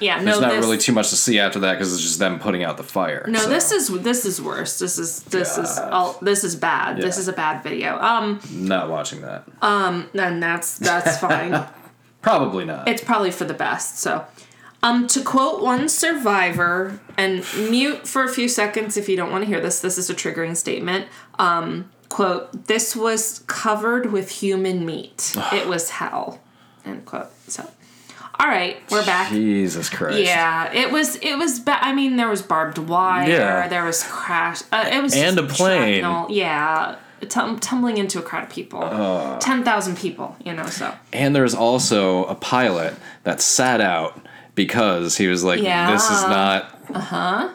Speaker 1: yeah.
Speaker 3: there's
Speaker 1: No,
Speaker 3: not
Speaker 1: this,
Speaker 3: really too much to see after that because it's just them putting out the fire
Speaker 1: No,
Speaker 3: so.
Speaker 1: this is this is worse. This is this is
Speaker 3: Yeah.
Speaker 1: all this is bad. This
Speaker 3: Yeah.
Speaker 1: is a bad video. Um,
Speaker 3: not watching that
Speaker 1: and that's that's
Speaker 3: (laughs)
Speaker 1: fine.
Speaker 3: probably not
Speaker 1: it's probably for the best. So, um, to quote one survivor, and mute for a few seconds if you don't want to hear this. This is a triggering statement. Um, quote: This was covered with human meat. it was hell. End quote. So, all right, we're back.
Speaker 3: jesus christ
Speaker 1: Yeah, it was. It was. Ba- I mean, there was barbed wire.
Speaker 3: Yeah.
Speaker 1: There was crash. Uh, it was
Speaker 3: And
Speaker 1: just
Speaker 3: a plane.
Speaker 1: shrapnel. Yeah, tum- tumbling into a crowd of people. Ten thousand people. You know. So.
Speaker 3: And there's also a pilot that sat out because he was like, this is
Speaker 1: Yeah. Uh-huh.
Speaker 3: not. Uh huh.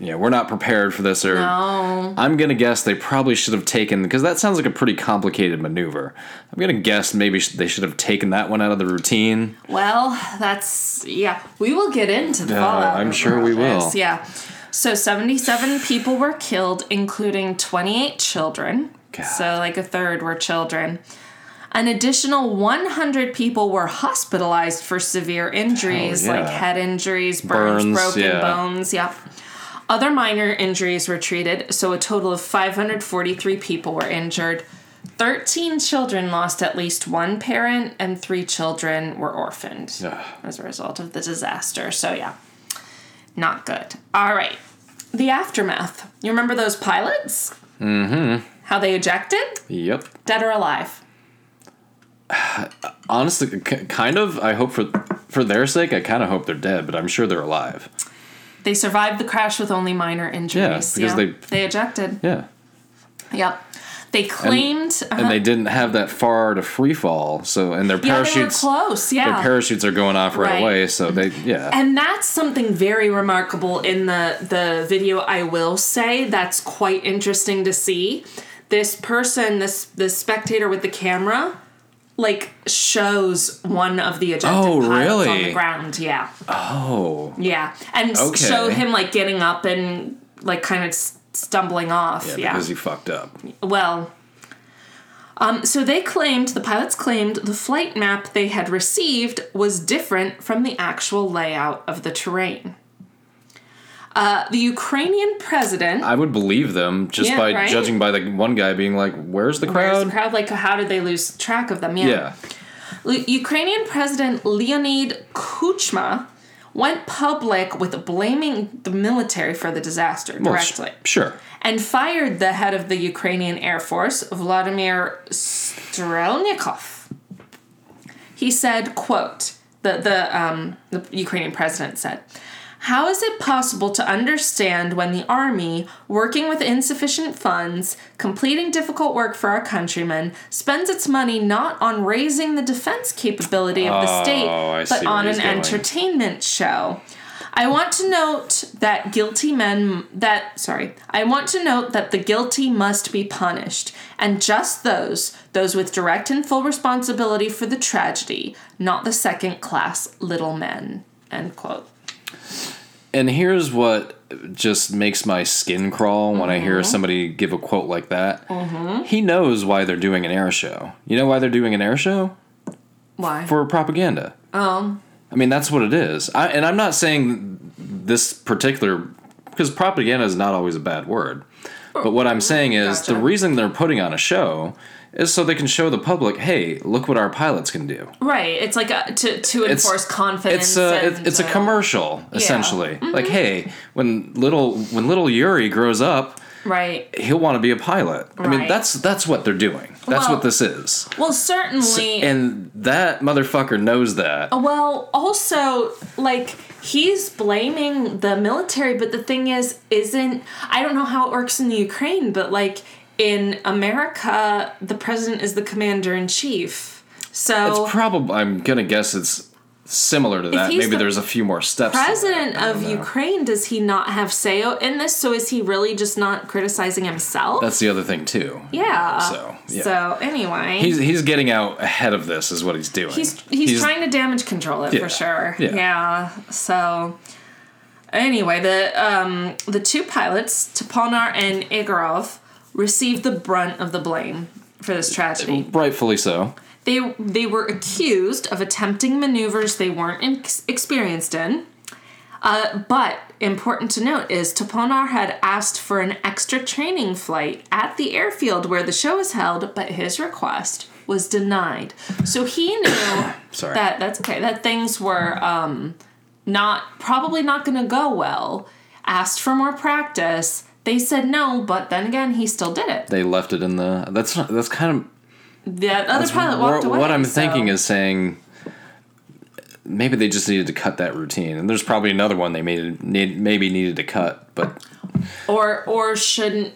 Speaker 3: Yeah, we're not prepared for this. Or
Speaker 1: Oh.
Speaker 3: I'm gonna guess they probably should have taken because that sounds like a pretty complicated maneuver. I'm gonna guess maybe sh- they should have taken that one out of the routine.
Speaker 1: Well, that's yeah. We will get into the fallout.
Speaker 3: I'm
Speaker 1: of
Speaker 3: sure we
Speaker 1: all this,
Speaker 3: will.
Speaker 1: Yeah. So 77 people were killed, including 28 children.
Speaker 3: God.
Speaker 1: So, like a third were children. An additional 100 people were hospitalized for severe injuries,
Speaker 3: Hell, yeah.
Speaker 1: like head injuries, burns,
Speaker 3: Burns,
Speaker 1: broken
Speaker 3: yeah.
Speaker 1: bones. Yep. Other minor injuries were treated, so a total of 543 people were injured. 13 children lost at least one parent, and three children were orphaned
Speaker 3: Ugh.
Speaker 1: as a result of the disaster. So, yeah, not good. All right. The aftermath. You remember those pilots? Mm hmm.
Speaker 3: Mm-hmm.
Speaker 1: How they ejected?
Speaker 3: Yep.
Speaker 1: Dead or alive?
Speaker 3: Honestly, k- kind of. I hope for for their sake. I kind of hope they're dead, but I'm sure they're alive.
Speaker 1: They survived the crash with only minor injuries.
Speaker 3: because they-
Speaker 1: they ejected.
Speaker 3: Yeah.
Speaker 1: Yep. They claimed uh,
Speaker 3: And they didn't have that far to free fall, so and their
Speaker 1: yeah, they were
Speaker 3: parachutes
Speaker 1: close. Yeah.
Speaker 3: their parachutes are going off right,
Speaker 1: Right.
Speaker 3: away, so they yeah.
Speaker 1: and that's something very remarkable in the the video i will say that's quite interesting to see this person this this spectator with the camera like shows one of the ejected
Speaker 3: Oh,
Speaker 1: pilots on
Speaker 3: really?
Speaker 1: the ground yeah
Speaker 3: oh.
Speaker 1: yeah and s-
Speaker 3: Okay.
Speaker 1: show him like getting up and like kind of s- stumbling off
Speaker 3: Yeah,
Speaker 1: yeah,
Speaker 3: because he fucked up.
Speaker 1: well, um, so they claimed, the pilots claimed, the flight map they had received was different from the actual layout of the terrain. Uh, the Ukrainian president.
Speaker 3: I would believe them just
Speaker 1: Yeah,
Speaker 3: by
Speaker 1: right?
Speaker 3: judging by the one guy being like, "Where's the crowd?"
Speaker 1: Where's the crowd? Like, how did they lose track of them?
Speaker 3: Yeah.
Speaker 1: L- Ukrainian President Leonid Kuchma went public with blaming the military for the disaster
Speaker 3: Well, sh-
Speaker 1: directly.
Speaker 3: sure.
Speaker 1: and fired the head of the Ukrainian Air Force, Vladimir Strelnikov. He said, quote, the, the, um, the Ukrainian president said, how is it possible to understand when the army, working with insufficient funds, completing difficult work for our countrymen, spends its money not on raising the defense capability of the state,
Speaker 3: Oh, I
Speaker 1: but
Speaker 3: see where
Speaker 1: on an
Speaker 3: he's going.
Speaker 1: entertainment show? I want to note that guilty men that sorry, I want to note that the guilty must be punished and just those those with direct and full responsibility for the tragedy, not the second class little men. End quote.
Speaker 3: And here's what just makes my skin crawl when I hear somebody give a quote like that. He knows why they're doing an air show. You know why they're doing an air show?
Speaker 1: Why?
Speaker 3: For propaganda. Oh.
Speaker 1: Um.
Speaker 3: I mean, that's what it is. I, and I'm not saying this particular, because propaganda is not always a bad word. But what I'm saying is the
Speaker 1: Oh, Gotcha.
Speaker 3: reason they're putting on a show is so they can show the public, hey, look what our pilots can do.
Speaker 1: right. It's like a, to to enforce confidence.
Speaker 3: it's a
Speaker 1: and,
Speaker 3: it- it's a
Speaker 1: uh,
Speaker 3: commercial essentially.
Speaker 1: Mm-hmm.
Speaker 3: Like hey, when little when little Yuri grows up,
Speaker 1: uh, Right.
Speaker 3: he'll want to be a pilot. I mean
Speaker 1: Right.
Speaker 3: that's that's what they're doing. That's
Speaker 1: Well,
Speaker 3: what this is.
Speaker 1: Well, certainly.
Speaker 3: And that motherfucker knows
Speaker 1: Oh,
Speaker 3: that.
Speaker 1: Well, also, like, he's blaming the military, but the thing is, isn't. I don't know how it works in the Ukraine, but, like, in America, the president is the commander in chief. So,
Speaker 3: It's probably I'm gonna guess it's similar to that.
Speaker 1: he's
Speaker 3: Maybe
Speaker 1: the
Speaker 3: there's a few more steps. to that.
Speaker 1: president
Speaker 3: I
Speaker 1: of
Speaker 3: don't know.
Speaker 1: Ukraine, does he not have say o- in this? So, is he really just not criticizing himself?
Speaker 3: That's the other thing too.
Speaker 1: yeah.
Speaker 3: So, yeah.
Speaker 1: So, anyway.
Speaker 3: He's he's getting out ahead of this is what he's doing.
Speaker 1: he's he's, trying to damage control it
Speaker 3: Yeah,
Speaker 1: for sure.
Speaker 3: yeah.
Speaker 1: Yeah. So anyway, the um the two pilots, Toponar and Igorov, received the brunt of the blame for this tragedy.
Speaker 3: rightfully so.
Speaker 1: They they were accused of attempting maneuvers they weren't ex- experienced in. Uh, but important to note is Toponar had asked for an extra training flight at the airfield where the show is held, but his request was denied. So he
Speaker 3: (coughs)
Speaker 1: knew
Speaker 3: Sorry.
Speaker 1: that that's okay. That things were um, not probably not going to go well. Asked for more practice. They said no, but then again, he still did it.
Speaker 3: they left it in the that's not that's kind of
Speaker 1: That other pilot walked
Speaker 3: Wha-
Speaker 1: away.
Speaker 3: What I'm
Speaker 1: so-
Speaker 3: thinking is saying maybe they just needed to cut that routine, and there's probably another one they made need, maybe needed to cut, but
Speaker 1: or or shouldn't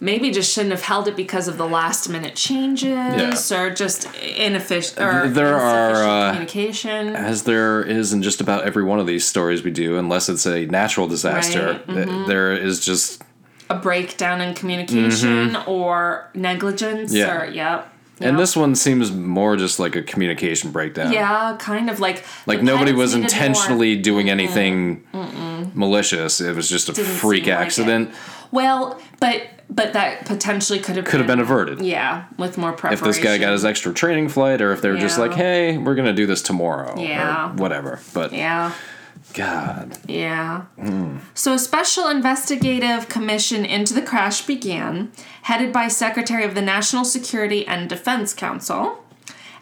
Speaker 1: maybe just shouldn't have held it because of the last minute changes or just inefficient or
Speaker 3: There are,
Speaker 1: insufficient
Speaker 3: uh,
Speaker 1: communication.
Speaker 3: as there is in just about every one of these stories we do, unless it's a natural disaster,
Speaker 1: Right, mm-hmm.
Speaker 3: th- there is just
Speaker 1: a breakdown in communication or negligence
Speaker 3: Mm-hmm. Yeah.
Speaker 1: or yep.
Speaker 3: and
Speaker 1: Yep.
Speaker 3: this one seems more just like a communication breakdown.
Speaker 1: yeah, kind of like
Speaker 3: Like
Speaker 1: the
Speaker 3: nobody
Speaker 1: pilots
Speaker 3: was
Speaker 1: needed more-
Speaker 3: intentionally doing anything malicious. It was just a freak
Speaker 1: seem like it.
Speaker 3: accident.
Speaker 1: Well, but but that potentially could have
Speaker 3: Could have been averted
Speaker 1: yeah with more
Speaker 3: if
Speaker 1: preparation.
Speaker 3: this guy got his extra training flight, or if they were just
Speaker 1: Yeah.
Speaker 3: like, "Hey, we're gonna do this tomorrow,"
Speaker 1: Yeah.
Speaker 3: or whatever. But
Speaker 1: yeah.
Speaker 3: God,
Speaker 1: Yeah.
Speaker 3: Hmm.
Speaker 1: So a special investigative commission into the crash began, headed by Secretary of the National Security and Defense Council.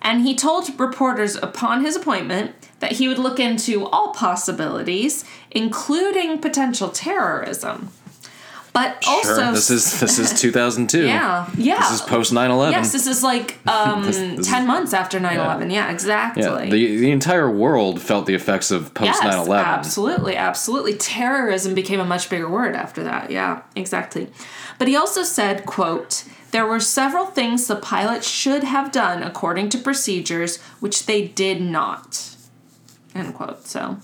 Speaker 1: And he told reporters upon his appointment that he would look into all possibilities, including potential terrorism. But also,
Speaker 3: sure, this is
Speaker 1: (laughs)
Speaker 3: this is 2002.
Speaker 1: yeah, yeah.
Speaker 3: this is post (laughs) 9/11.
Speaker 1: yes, this is like um,
Speaker 3: this
Speaker 1: 10 months after 9 11. Yeah, exactly.
Speaker 3: yeah, the the entire world felt the effects of post 9/11.
Speaker 1: Absolutely, absolutely. Terrorism became a much bigger word after that. Yeah, exactly. But he also said, quote, there were several things the pilots should have done according to procedures, which they did not. End quote. So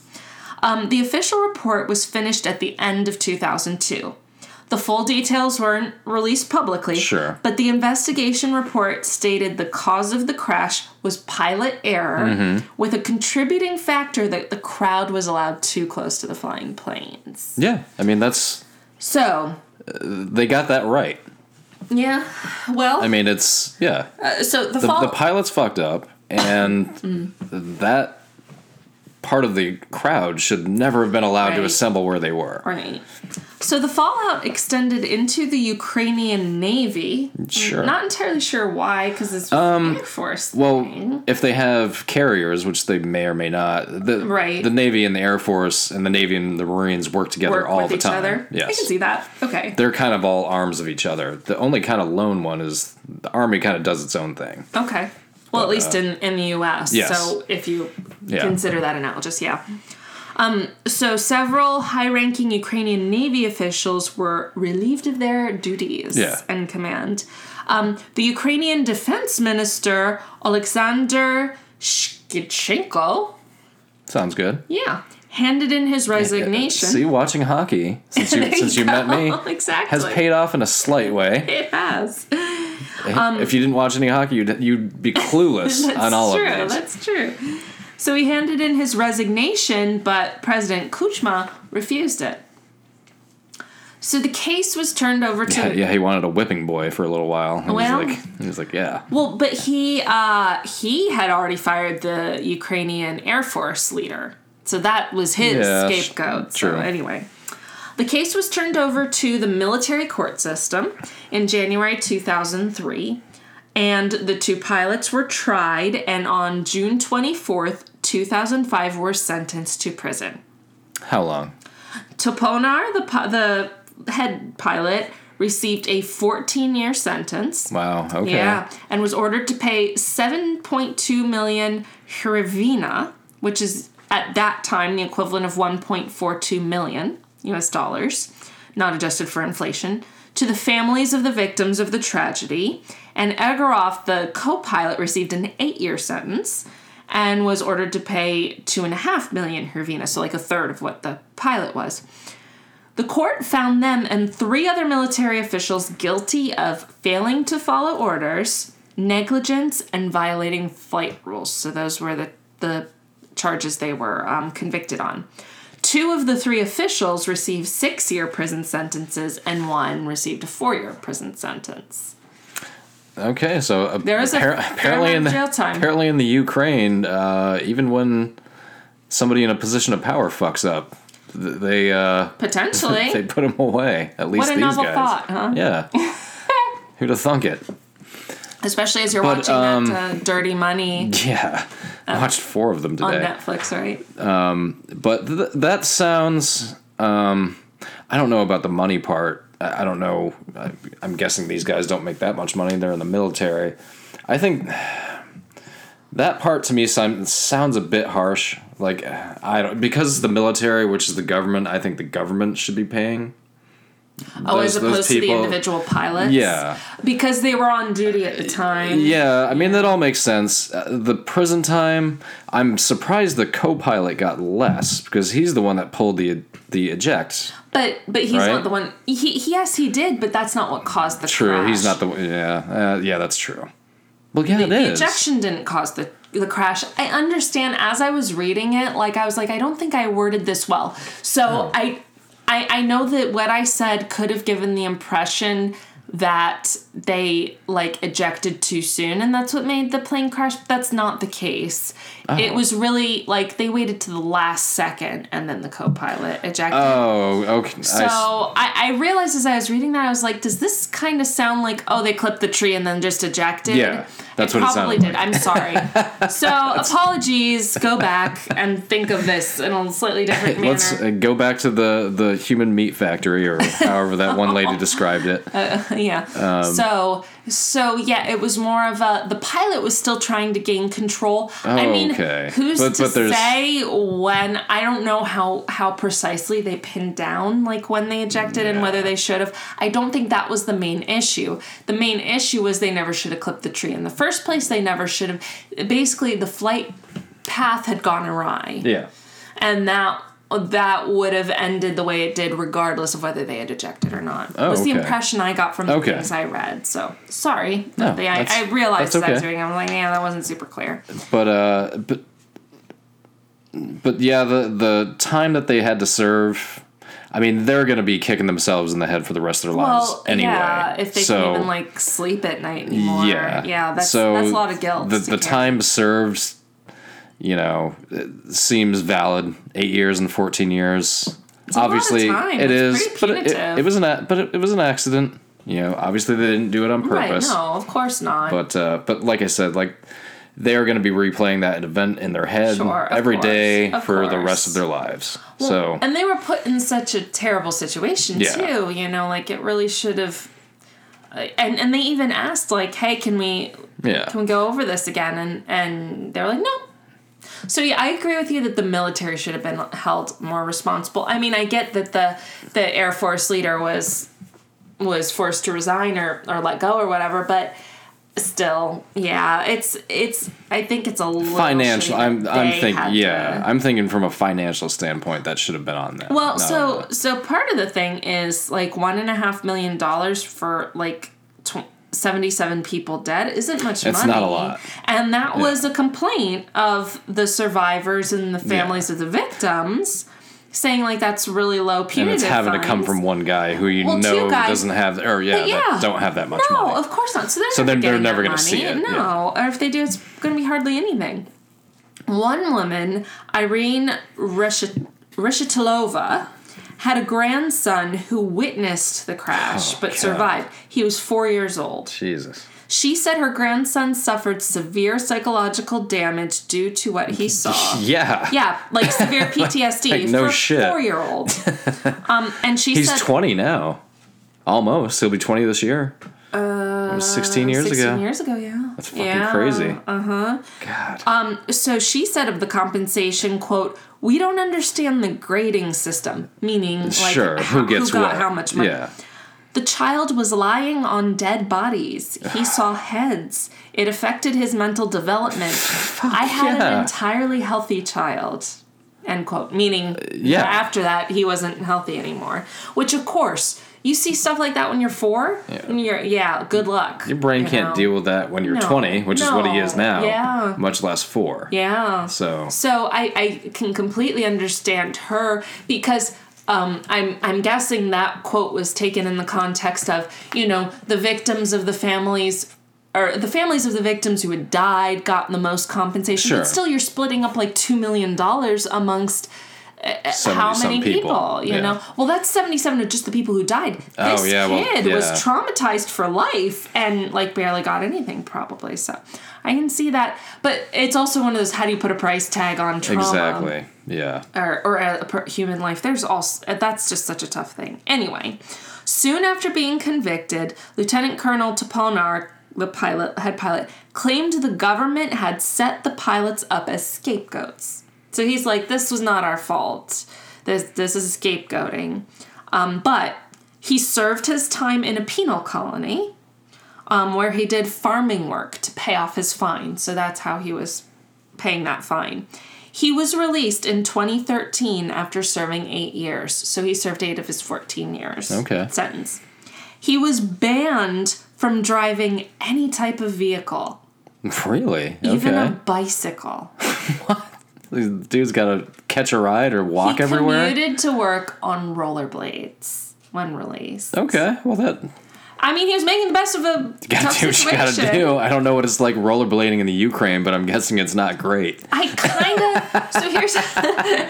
Speaker 1: um, the official report was finished at the end of 2002. The full details weren't released publicly,
Speaker 3: Sure.
Speaker 1: but the investigation report stated the cause of the crash was pilot error,
Speaker 3: Mm-hmm.
Speaker 1: with a contributing factor that the crowd was allowed too close to the flying planes.
Speaker 3: Yeah, I mean that's
Speaker 1: So,
Speaker 3: they got that right.
Speaker 1: yeah, well,
Speaker 3: I mean it's yeah,
Speaker 1: uh, so the,
Speaker 3: the,
Speaker 1: fall.
Speaker 3: the pilots fucked up,
Speaker 1: (laughs)
Speaker 3: and
Speaker 1: Hmm.
Speaker 3: that part of the crowd should never have been allowed to
Speaker 1: Right.
Speaker 3: assemble where they were.
Speaker 1: Right. So the fallout extended into the Ukrainian Navy.
Speaker 3: Sure. Um,
Speaker 1: Not entirely sure why, because it's Air Force. thing.
Speaker 3: Well, if they have carriers, which they may or may not, the
Speaker 1: Right.
Speaker 3: the Navy and the Air Force and the Navy and the Marines work together
Speaker 1: work
Speaker 3: all
Speaker 1: with
Speaker 3: the
Speaker 1: each
Speaker 3: time.
Speaker 1: other.
Speaker 3: Yes,
Speaker 1: I can see that. Okay.
Speaker 3: they're kind of all arms of each other. The only kind of lone one is the Army. Kind of does its own thing.
Speaker 1: Okay. Well, at least in, in the U.S.
Speaker 3: uh, yes.
Speaker 1: So if you
Speaker 3: Yeah.
Speaker 1: consider that analogous, yeah. Um, so several high-ranking Ukrainian Navy officials were relieved of their duties
Speaker 3: Yeah.
Speaker 1: and command. Um, the Ukrainian Defense Minister Alexander Shkichenko,
Speaker 3: Sounds good.
Speaker 1: yeah, handed in his resignation. Oh,
Speaker 3: See, watching hockey
Speaker 1: (laughs)
Speaker 3: since you since you met me
Speaker 1: exactly,
Speaker 3: has paid off in
Speaker 1: (laughs)
Speaker 3: a slight way.
Speaker 1: It has.
Speaker 3: if you didn't watch any hockey, you'd
Speaker 1: (laughs)
Speaker 3: you'd be clueless
Speaker 1: Um, That's
Speaker 3: on all
Speaker 1: true.
Speaker 3: of these.
Speaker 1: That's true. So he handed in his resignation, but President Kuchma refused it. So the case was turned over to
Speaker 3: Yeah, yeah, he wanted a whipping boy for a little while. He
Speaker 1: Well-
Speaker 3: was like, he was like, yeah,
Speaker 1: well, but he uh, he had already fired the Ukrainian Air Force leader, so that was his
Speaker 3: Yeah, sh-
Speaker 1: scapegoat. So
Speaker 3: true.
Speaker 1: anyway, the case was turned over to the military court system in January 2003, and the two pilots were tried, and on June 24th, 2005, were sentenced to prison.
Speaker 3: how long?
Speaker 1: Toponar, the pi- the head pilot, received a 14 year sentence.
Speaker 3: Wow. Okay.
Speaker 1: Yeah, and was ordered to pay 7.2 million hryvnia, which is at that time the equivalent of 1.42 million US dollars, not adjusted for inflation, to the families of the victims of the tragedy. And Egorov, the co pilot, received an eight year sentence and was ordered to pay 2.5 million hryvnia, so like a third of what the pilot was. The court found them and three other military officials guilty of failing to follow orders, negligence, and violating flight rules. So those were the the charges they were um, convicted on. Two of the three officials received six year prison sentences, and one received a four year prison sentence.
Speaker 3: Okay, so uh,
Speaker 1: There is a
Speaker 3: appar-
Speaker 1: fair amount
Speaker 3: apparently in
Speaker 1: of
Speaker 3: the,
Speaker 1: jail time.
Speaker 3: apparently in the Ukraine, uh, even when somebody in a position of power fucks up, th- they uh,
Speaker 1: Potentially.
Speaker 3: (laughs) they put them away. At least
Speaker 1: what a
Speaker 3: these
Speaker 1: novel
Speaker 3: guys.
Speaker 1: thought, huh? (laughs)
Speaker 3: Yeah, who'd have thunk it? (laughs)
Speaker 1: Especially as you're
Speaker 3: But,
Speaker 1: watching
Speaker 3: um,
Speaker 1: that uh, Dirty Money
Speaker 3: Yeah, I watched four of them
Speaker 1: Um, on
Speaker 3: today.
Speaker 1: Netflix, right?
Speaker 3: But th- that sounds. Um, I don't know about the money part. I I don't know. I, I'm guessing these guys don't make that much money. They're in the military. I think that part to me sound, sounds a bit harsh. Like I don't because it's the military, which is the government. I think the government should be paying.
Speaker 1: Oh, as
Speaker 3: those- those
Speaker 1: opposed to the
Speaker 3: people-
Speaker 1: individual pilots?
Speaker 3: Yeah. Uh,
Speaker 1: Because they were on duty at the time.
Speaker 3: Yeah, I mean that all makes sense. Uh, the prison time. I'm surprised the co-pilot got less because he's the one that pulled the the eject.
Speaker 1: But but he's
Speaker 3: Right?
Speaker 1: not the one. He, he yes he did, but that's not what caused the
Speaker 3: True,
Speaker 1: Crash.
Speaker 3: he's not the yeah uh, yeah that's true. Well, yeah, it
Speaker 1: The
Speaker 3: is.
Speaker 1: ejection didn't cause the the crash. I understand. As I was reading it, like I was like, I don't think I worded this well. So I, I I know that what I said could have given the impression that they like ejected too soon and that's what made the plane crash but that's not the case
Speaker 3: Oh.
Speaker 1: it was really like they waited to the last second and then the co-pilot ejected
Speaker 3: Oh, okay.
Speaker 1: so
Speaker 3: I s-
Speaker 1: I, I realized as I was reading that I was like, does this kind of sound like oh they clipped the tree and then just ejected?
Speaker 3: Yeah, that's
Speaker 1: it
Speaker 3: what it
Speaker 1: probably
Speaker 3: sounded
Speaker 1: did. I'm
Speaker 3: (laughs)
Speaker 1: sorry. so apologies. Go back and think of this in a slightly different manner.
Speaker 3: Let's uh, go back to the the human meat factory, or however that
Speaker 1: (laughs)
Speaker 3: one lady described it.
Speaker 1: Uh, yeah.
Speaker 3: Um,
Speaker 1: so so yeah, it was more of a the pilot was still trying to gain control. I mean,
Speaker 3: Oh, Okay.
Speaker 1: who's
Speaker 3: But-
Speaker 1: to
Speaker 3: but there's-
Speaker 1: say when? I don't know how how precisely they pinned down like when they ejected and whether they should have. I don't think that was the main issue. The main issue was they never should have clipped the tree in the first place. They never should have. Basically, the flight path had gone awry
Speaker 3: yeah.
Speaker 1: and that that would have ended the way it did regardless of whether they had ejected or not
Speaker 3: Oh,
Speaker 1: was the
Speaker 3: okay.
Speaker 1: impression i got from the
Speaker 3: Okay.
Speaker 1: things i read so sorry
Speaker 3: No,
Speaker 1: They- I,
Speaker 3: that's-
Speaker 1: I realized
Speaker 3: that's
Speaker 1: as i was
Speaker 3: okay.
Speaker 1: doing it, i'm like yeah that wasn't super clear
Speaker 3: But uh, but but yeah, the the time that they had to serve. I mean, they're going to be kicking themselves in the head for the rest of their lives
Speaker 1: well
Speaker 3: anyway.
Speaker 1: yeah if they
Speaker 3: so,
Speaker 1: can't even like sleep at night anymore
Speaker 3: yeah,
Speaker 1: that's
Speaker 3: so
Speaker 1: that's a lot of guilt
Speaker 3: The,
Speaker 1: to
Speaker 3: the
Speaker 1: carry.
Speaker 3: time served, you know, it seems valid. Eight years and fourteen years.
Speaker 1: a lot of
Speaker 3: obviously,
Speaker 1: time.
Speaker 3: it
Speaker 1: It's
Speaker 3: is,
Speaker 1: pretty
Speaker 3: but it,
Speaker 1: punitive.
Speaker 3: it, it was an a- but it, it was an accident. You know, obviously they didn't do it on
Speaker 1: right
Speaker 3: purpose.
Speaker 1: no of course not
Speaker 3: But uh, but like I said, like they are going to be replaying that event in their head
Speaker 1: Sure, of
Speaker 3: every
Speaker 1: course,
Speaker 3: day
Speaker 1: of
Speaker 3: for the
Speaker 1: course.
Speaker 3: rest of their lives. so
Speaker 1: and they were put in such a terrible situation
Speaker 3: Yeah.
Speaker 1: too you know like it really should have uh, and and they even asked like hey can we
Speaker 3: yeah,
Speaker 1: can we go over this again and and they're like no so yeah i agree with you that the military should have been held more responsible i mean i get that the the air force leader was was forced to resign or or let go or whatever but still yeah it's it's i think it's a little
Speaker 3: financial.
Speaker 1: shitty
Speaker 3: I'm
Speaker 1: that
Speaker 3: I'm
Speaker 1: they
Speaker 3: thinking
Speaker 1: had
Speaker 3: yeah,
Speaker 1: to-
Speaker 3: I'm thinking from a financial standpoint that should have been on them.
Speaker 1: well
Speaker 3: not
Speaker 1: so
Speaker 3: on them.
Speaker 1: so part of the thing is like one and a half million dollars for like tw- 77 people dead isn't much
Speaker 3: It's
Speaker 1: money
Speaker 3: not a lot.
Speaker 1: and that was a complaint of the survivors and the families of the victims saying like that's really low
Speaker 3: and
Speaker 1: punitive
Speaker 3: it's having to come
Speaker 1: fines.
Speaker 3: from one guy who you
Speaker 1: Well, two
Speaker 3: know
Speaker 1: guys-
Speaker 3: doesn't have or yeah,
Speaker 1: But yeah.
Speaker 3: That don't have that much
Speaker 1: no
Speaker 3: money.
Speaker 1: of course not so they're
Speaker 3: So
Speaker 1: never
Speaker 3: then they're
Speaker 1: getting
Speaker 3: never
Speaker 1: that
Speaker 3: gonna see
Speaker 1: money.
Speaker 3: it, yeah.
Speaker 1: no or if they do it's going to be hardly anything one woman irene Reshet- reshetilova had a grandson who witnessed the crash but
Speaker 3: Oh, God.
Speaker 1: survived he was four years old
Speaker 3: Jesus.
Speaker 1: she said her grandson suffered severe psychological damage due to what he saw
Speaker 3: (laughs) Yeah.
Speaker 1: Yeah, like severe PTSD
Speaker 3: (laughs) Like, no
Speaker 1: for
Speaker 3: shit.
Speaker 1: a
Speaker 3: (laughs)
Speaker 1: four-year-old. um, and she
Speaker 3: He's
Speaker 1: said
Speaker 3: 20 now. Almost. He'll be 20 this year. Uh, 16 years
Speaker 1: 16
Speaker 3: ago.
Speaker 1: years ago, yeah. uh-huh. Um,
Speaker 3: That's fucking crazy. Uh huh. God.
Speaker 1: So she said of the compensation, quote, we don't understand the grading system, meaning like
Speaker 3: sure.
Speaker 1: how-
Speaker 3: who gets
Speaker 1: got
Speaker 3: what?
Speaker 1: how much money.
Speaker 3: Yeah.
Speaker 1: The child was lying on dead bodies. He saw heads. It affected his mental development. I had an
Speaker 3: yeah.
Speaker 1: entirely healthy child. End quote. Meaning,
Speaker 3: Uh, yeah.
Speaker 1: after that, he wasn't healthy anymore. Which, of course, you see stuff like that when you're four. Yeah. And you're, yeah, good luck.
Speaker 3: Your brain can't deal with that when you're
Speaker 1: No.
Speaker 3: 20, which is what he is
Speaker 1: No.
Speaker 3: now.
Speaker 1: Yeah.
Speaker 3: Much less four.
Speaker 1: Yeah.
Speaker 3: So,
Speaker 1: So I, I can completely understand her because um, I'm I'm guessing that quote was taken in the context of you know the victims of the families or the families of the victims who had died got the most compensation.
Speaker 3: Sure.
Speaker 1: But still, you're splitting up like two million dollars amongst. uh,
Speaker 3: So
Speaker 1: how
Speaker 3: many- some
Speaker 1: many people,
Speaker 3: people.
Speaker 1: you
Speaker 3: Yeah.
Speaker 1: know? Well, that's 77 of just the people who died. This
Speaker 3: Oh, yeah, well,
Speaker 1: kid was
Speaker 3: yeah.
Speaker 1: traumatized for life and like barely got anything probably. So I can see that, but it's also one of those how do you put a price tag on trauma
Speaker 3: exactly.
Speaker 1: Um,
Speaker 3: Yeah.
Speaker 1: or or a, per- human life? There's also that's just such a tough thing. Anyway, soon after being convicted, Lieutenant Colonel Toponar, the pilot head pilot, claimed the government had set the pilots up as scapegoats. So he's like, this was not our fault. This this is scapegoating. Um, but he served his time in a penal colony um, where he did farming work to pay off his fine. So that's how he was paying that fine. He was released in 2013 after serving eight years. So he served eight of his 14 years.
Speaker 3: Okay.
Speaker 1: Sentence. He was banned from driving any type of vehicle,
Speaker 3: Really?
Speaker 1: even um,
Speaker 3: Okay.
Speaker 1: a bicycle.
Speaker 3: These Dude's got to catch a ride or walk
Speaker 1: he
Speaker 3: everywhere.
Speaker 1: commuted to work on rollerblades when released.
Speaker 3: Okay. Well, that
Speaker 1: I mean, he was making the best
Speaker 3: (laughs)
Speaker 1: of a
Speaker 3: Gotta
Speaker 1: tough
Speaker 3: do what you
Speaker 1: situation.
Speaker 3: gotta do. I don't know what it's like rollerblading in the Ukraine, but I'm guessing it's not great.
Speaker 1: I kind of. so here's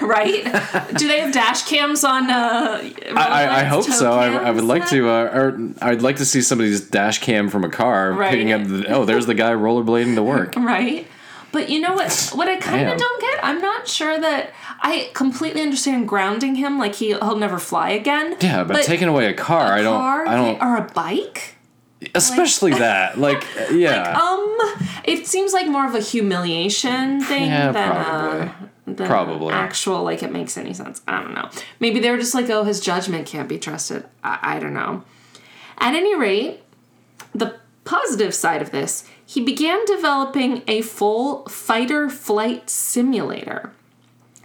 Speaker 1: (laughs) right. Do they have dash cams on? Uh,
Speaker 3: I, I, I hope
Speaker 1: toe
Speaker 3: so. I, I
Speaker 1: cams
Speaker 3: would like
Speaker 1: now?
Speaker 3: to, uh, or I'd like to see somebody's dash cam from a car picking up.
Speaker 1: Right.
Speaker 3: The, oh, there's the guy rollerblading
Speaker 1: (laughs)
Speaker 3: to work.
Speaker 1: Right. But you know what? What I kind
Speaker 3: Damn.
Speaker 1: of don't get, I'm not sure that I completely understand grounding him. Like he he'll never fly again.
Speaker 3: Yeah, but, taking away a car, I
Speaker 1: a
Speaker 3: don't,
Speaker 1: car
Speaker 3: I don't,
Speaker 1: or a bike.
Speaker 3: especially
Speaker 1: (laughs)
Speaker 3: that. Like, yeah,
Speaker 1: Um, it seems like more of a humiliation thing
Speaker 3: yeah,
Speaker 1: than
Speaker 3: probably.
Speaker 1: uh, than
Speaker 3: Probably.
Speaker 1: actual like it makes any sense. I don't know. Maybe they were just like, oh, his judgment can't be trusted. I, I don't know. At any rate, the positive side of this, he began developing a full fighter flight simulator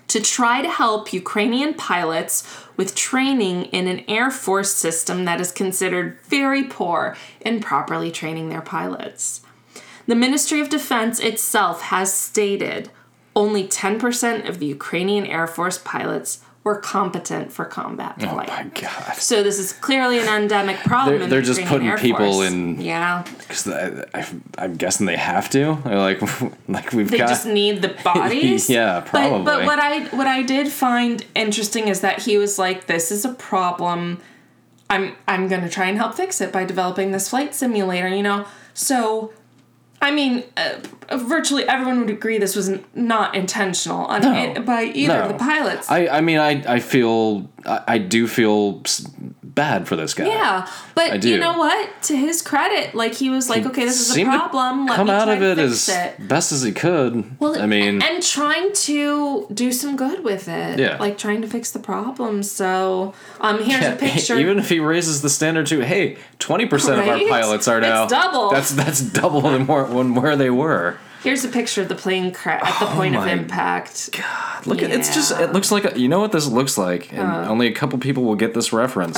Speaker 1: to try to help Ukrainian pilots with training in an Air Force system that is considered very poor in properly training their pilots. The Ministry of Defense itself has stated only 10% of the Ukrainian Air Force pilots were competent for combat flight.
Speaker 3: Oh My God,
Speaker 1: So this is clearly an endemic problem.
Speaker 3: They're-
Speaker 1: in
Speaker 3: they're
Speaker 1: the
Speaker 3: just
Speaker 1: Ukrainian
Speaker 3: putting
Speaker 1: Air
Speaker 3: people
Speaker 1: Force.
Speaker 3: in-
Speaker 1: Yeah,
Speaker 3: 'Cause I, I, I'm guessing they have to. They're like, (laughs) like we've
Speaker 1: they
Speaker 3: got.
Speaker 1: just need
Speaker 3: (laughs)
Speaker 1: the bodies.
Speaker 3: Yeah,
Speaker 1: But, but
Speaker 3: probably.
Speaker 1: what I what I did find interesting is that he was like, "This is a problem. I'm I'm going to try and help fix it by developing this flight simulator." You know, so. I mean, uh, virtually everyone would agree this was n- not intentional on
Speaker 3: No.
Speaker 1: it, by either of
Speaker 3: No.
Speaker 1: the pilots.
Speaker 3: I, I mean, I, I feel, I, I do feel s- bad for this guy.
Speaker 1: yeah, but
Speaker 3: I do.
Speaker 1: you know what? To his credit, like he was like, "Okay, this is a
Speaker 3: Seemed to
Speaker 1: problem. Let
Speaker 3: Come
Speaker 1: me
Speaker 3: out
Speaker 1: try
Speaker 3: of
Speaker 1: to
Speaker 3: it
Speaker 1: fix
Speaker 3: as
Speaker 1: it."
Speaker 3: best as he could.
Speaker 1: Well,
Speaker 3: I mean,
Speaker 1: and trying to do some good with it.
Speaker 3: Yeah.
Speaker 1: Like trying to fix the problem. So, um, here's
Speaker 3: (laughs)
Speaker 1: a picture.
Speaker 3: Even if he raises the standard to, hey, twenty percent of
Speaker 1: Right?
Speaker 3: our pilots are
Speaker 1: It's
Speaker 3: now
Speaker 1: double.
Speaker 3: That's that's double than where, when, where they were.
Speaker 1: here's a picture of the plane crash at the point of
Speaker 3: Oh my
Speaker 1: impact.
Speaker 3: Look, at it's just
Speaker 1: Yeah.
Speaker 3: it looks like a, you know what this looks like, and only a couple people will get this reference.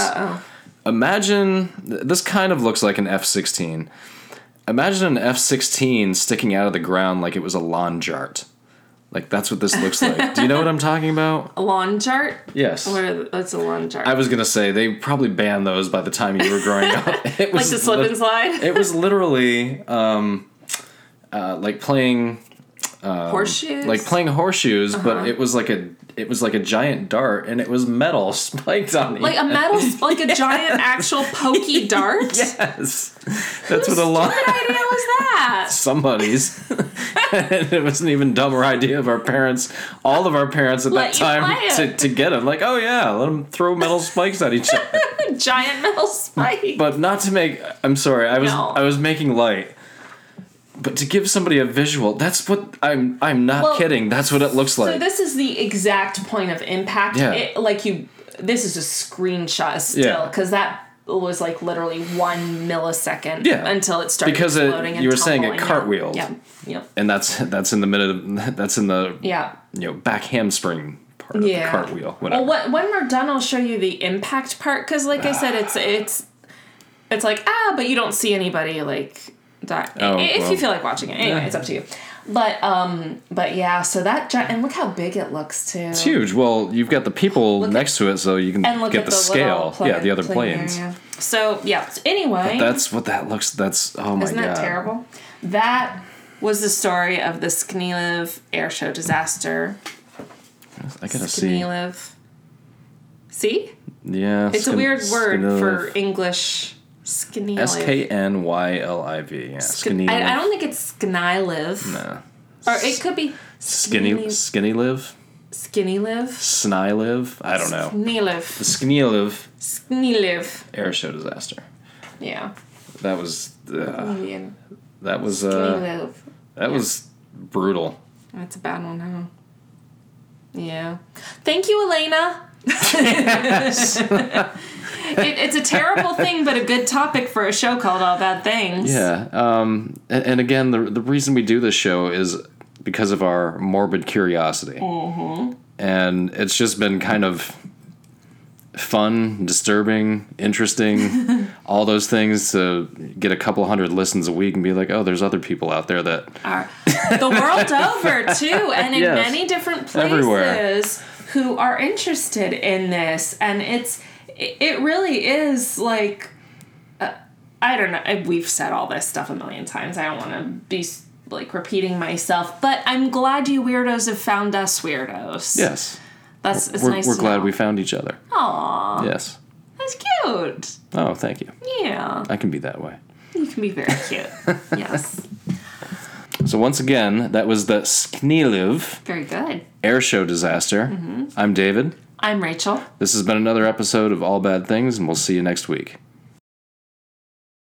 Speaker 3: Imagine th- this kind of looks like an F sixteen. Imagine an F sixteen sticking out of the ground like it was a lawn jart. Like that's what this looks like. Do you know what I'm talking about?
Speaker 1: (laughs) A lawn chart.
Speaker 3: Yes.
Speaker 1: What are the, that's a lawn chart.
Speaker 3: I was gonna say they probably banned those by the time you were growing up.
Speaker 1: (laughs)
Speaker 3: It
Speaker 1: like
Speaker 3: was
Speaker 1: the slip
Speaker 3: lit-
Speaker 1: and slide.
Speaker 3: it was literally um, uh, like playing
Speaker 1: Horseshoes.
Speaker 3: um, like playing horseshoes, but it was like a it was like a giant dart, and it was metal (laughs) spiked on
Speaker 1: Like uh,
Speaker 3: it.
Speaker 1: a metal, like
Speaker 3: (laughs)
Speaker 1: a giant actual pokey dart. (laughs)
Speaker 3: Yes, that's what a lot
Speaker 1: What idea was that? (laughs)
Speaker 3: somebody's. (laughs) and it was an even dumber idea of our parents, all of our parents at
Speaker 1: Let
Speaker 3: that
Speaker 1: you
Speaker 3: time,
Speaker 1: play
Speaker 3: to,
Speaker 1: it.
Speaker 3: to get them. Like, oh yeah, let them throw metal spikes at
Speaker 1: (laughs)
Speaker 3: each other.
Speaker 1: giant metal spike.
Speaker 3: But not to make. I'm sorry. I was
Speaker 1: No.
Speaker 3: I was making light. But to give somebody a visual, that's what I'm. I'm not
Speaker 1: Well,
Speaker 3: kidding. That's what it looks like.
Speaker 1: So this is the exact point of impact.
Speaker 3: Yeah.
Speaker 1: It, like you, this is a screenshot still
Speaker 3: Yeah.
Speaker 1: because that was like literally one millisecond.
Speaker 3: Yeah.
Speaker 1: Until it started
Speaker 3: Because it-
Speaker 1: exploding. and
Speaker 3: you were saying it
Speaker 1: tumbling.
Speaker 3: cartwheeled.
Speaker 1: Yeah. Yep.
Speaker 3: and that's that's in the minute of that's in the
Speaker 1: Yeah.
Speaker 3: you know back hamstring part of
Speaker 1: Yeah.
Speaker 3: the cartwheel whatever
Speaker 1: Well, what, when we're done, I'll show you the impact part because, like I said, it's it's it's like ah, but you don't see anybody like die
Speaker 3: Oh,
Speaker 1: if
Speaker 3: well.
Speaker 1: you feel like watching it. Anyway,
Speaker 3: Yeah.
Speaker 1: it's up to you. But um, but yeah, so that gi- and look how big it looks too.
Speaker 3: it's huge well you've got the people next to it so you can
Speaker 1: and look
Speaker 3: get
Speaker 1: at
Speaker 3: the,
Speaker 1: the,
Speaker 3: scale
Speaker 1: little plane-
Speaker 3: yeah the other
Speaker 1: plane
Speaker 3: planes
Speaker 1: area. So yeah. So anyway,
Speaker 3: that's what that looks that's oh my
Speaker 1: isn't
Speaker 3: god
Speaker 1: that terrible? That was the story of the Skneelev air show disaster.
Speaker 3: i gotta
Speaker 1: Skneelev. See,
Speaker 3: see yeah
Speaker 1: it's a weird word for English. Skneelev.
Speaker 3: s-k-n-y-l-i-v yeah skinny
Speaker 1: I, I don't think it's Sknyliv.
Speaker 3: uh,
Speaker 1: Or it could be
Speaker 3: skinny skinny live
Speaker 1: Skinny Live.
Speaker 3: sny live i don't know
Speaker 1: Sknyliv.
Speaker 3: skinny live
Speaker 1: Sknyliv.
Speaker 3: air show disaster
Speaker 1: Yeah.
Speaker 3: that was uh,
Speaker 1: Indian.
Speaker 3: that was uh,
Speaker 1: Sknyliv.
Speaker 3: that was brutal
Speaker 1: That's a bad one, huh? Yeah. Thank you, Elena. it, it's a terrible thing, but a good topic for a show called All Bad Things.
Speaker 3: Yeah. Um, and, and again, the, the reason we do this show is because of our morbid curiosity.
Speaker 1: Mm-hmm.
Speaker 3: And it's just been kind of fun, disturbing,
Speaker 1: (laughs)
Speaker 3: interesting, all those things to get a couple hundred listens a week and be like, oh, there's other people out there that.
Speaker 1: Are, the world over,
Speaker 3: (laughs)
Speaker 1: too, and in
Speaker 3: Yes.
Speaker 1: many different places
Speaker 3: Everywhere.
Speaker 1: who are interested in this. And it's, it, it really is like, uh, I don't know. I, we've said all this stuff a million times. I don't want to be s- like repeating myself, but I'm glad you weirdos have found us weirdos.
Speaker 3: Yes.
Speaker 1: that's it's
Speaker 3: we're
Speaker 1: nice.
Speaker 3: we're
Speaker 1: to
Speaker 3: glad
Speaker 1: know.
Speaker 3: we found each other.
Speaker 1: Aw,
Speaker 3: Yes.
Speaker 1: that's cute.
Speaker 3: Oh, thank you.
Speaker 1: Yeah,
Speaker 3: I can be that way.
Speaker 1: you can be very
Speaker 3: (laughs)
Speaker 1: cute. yes,
Speaker 3: So once again, that was the Skniliv
Speaker 1: very good.
Speaker 3: air show disaster. I'm David.
Speaker 1: I'm Rachel.
Speaker 3: This has been another episode of All Bad Things, and we'll see you next week.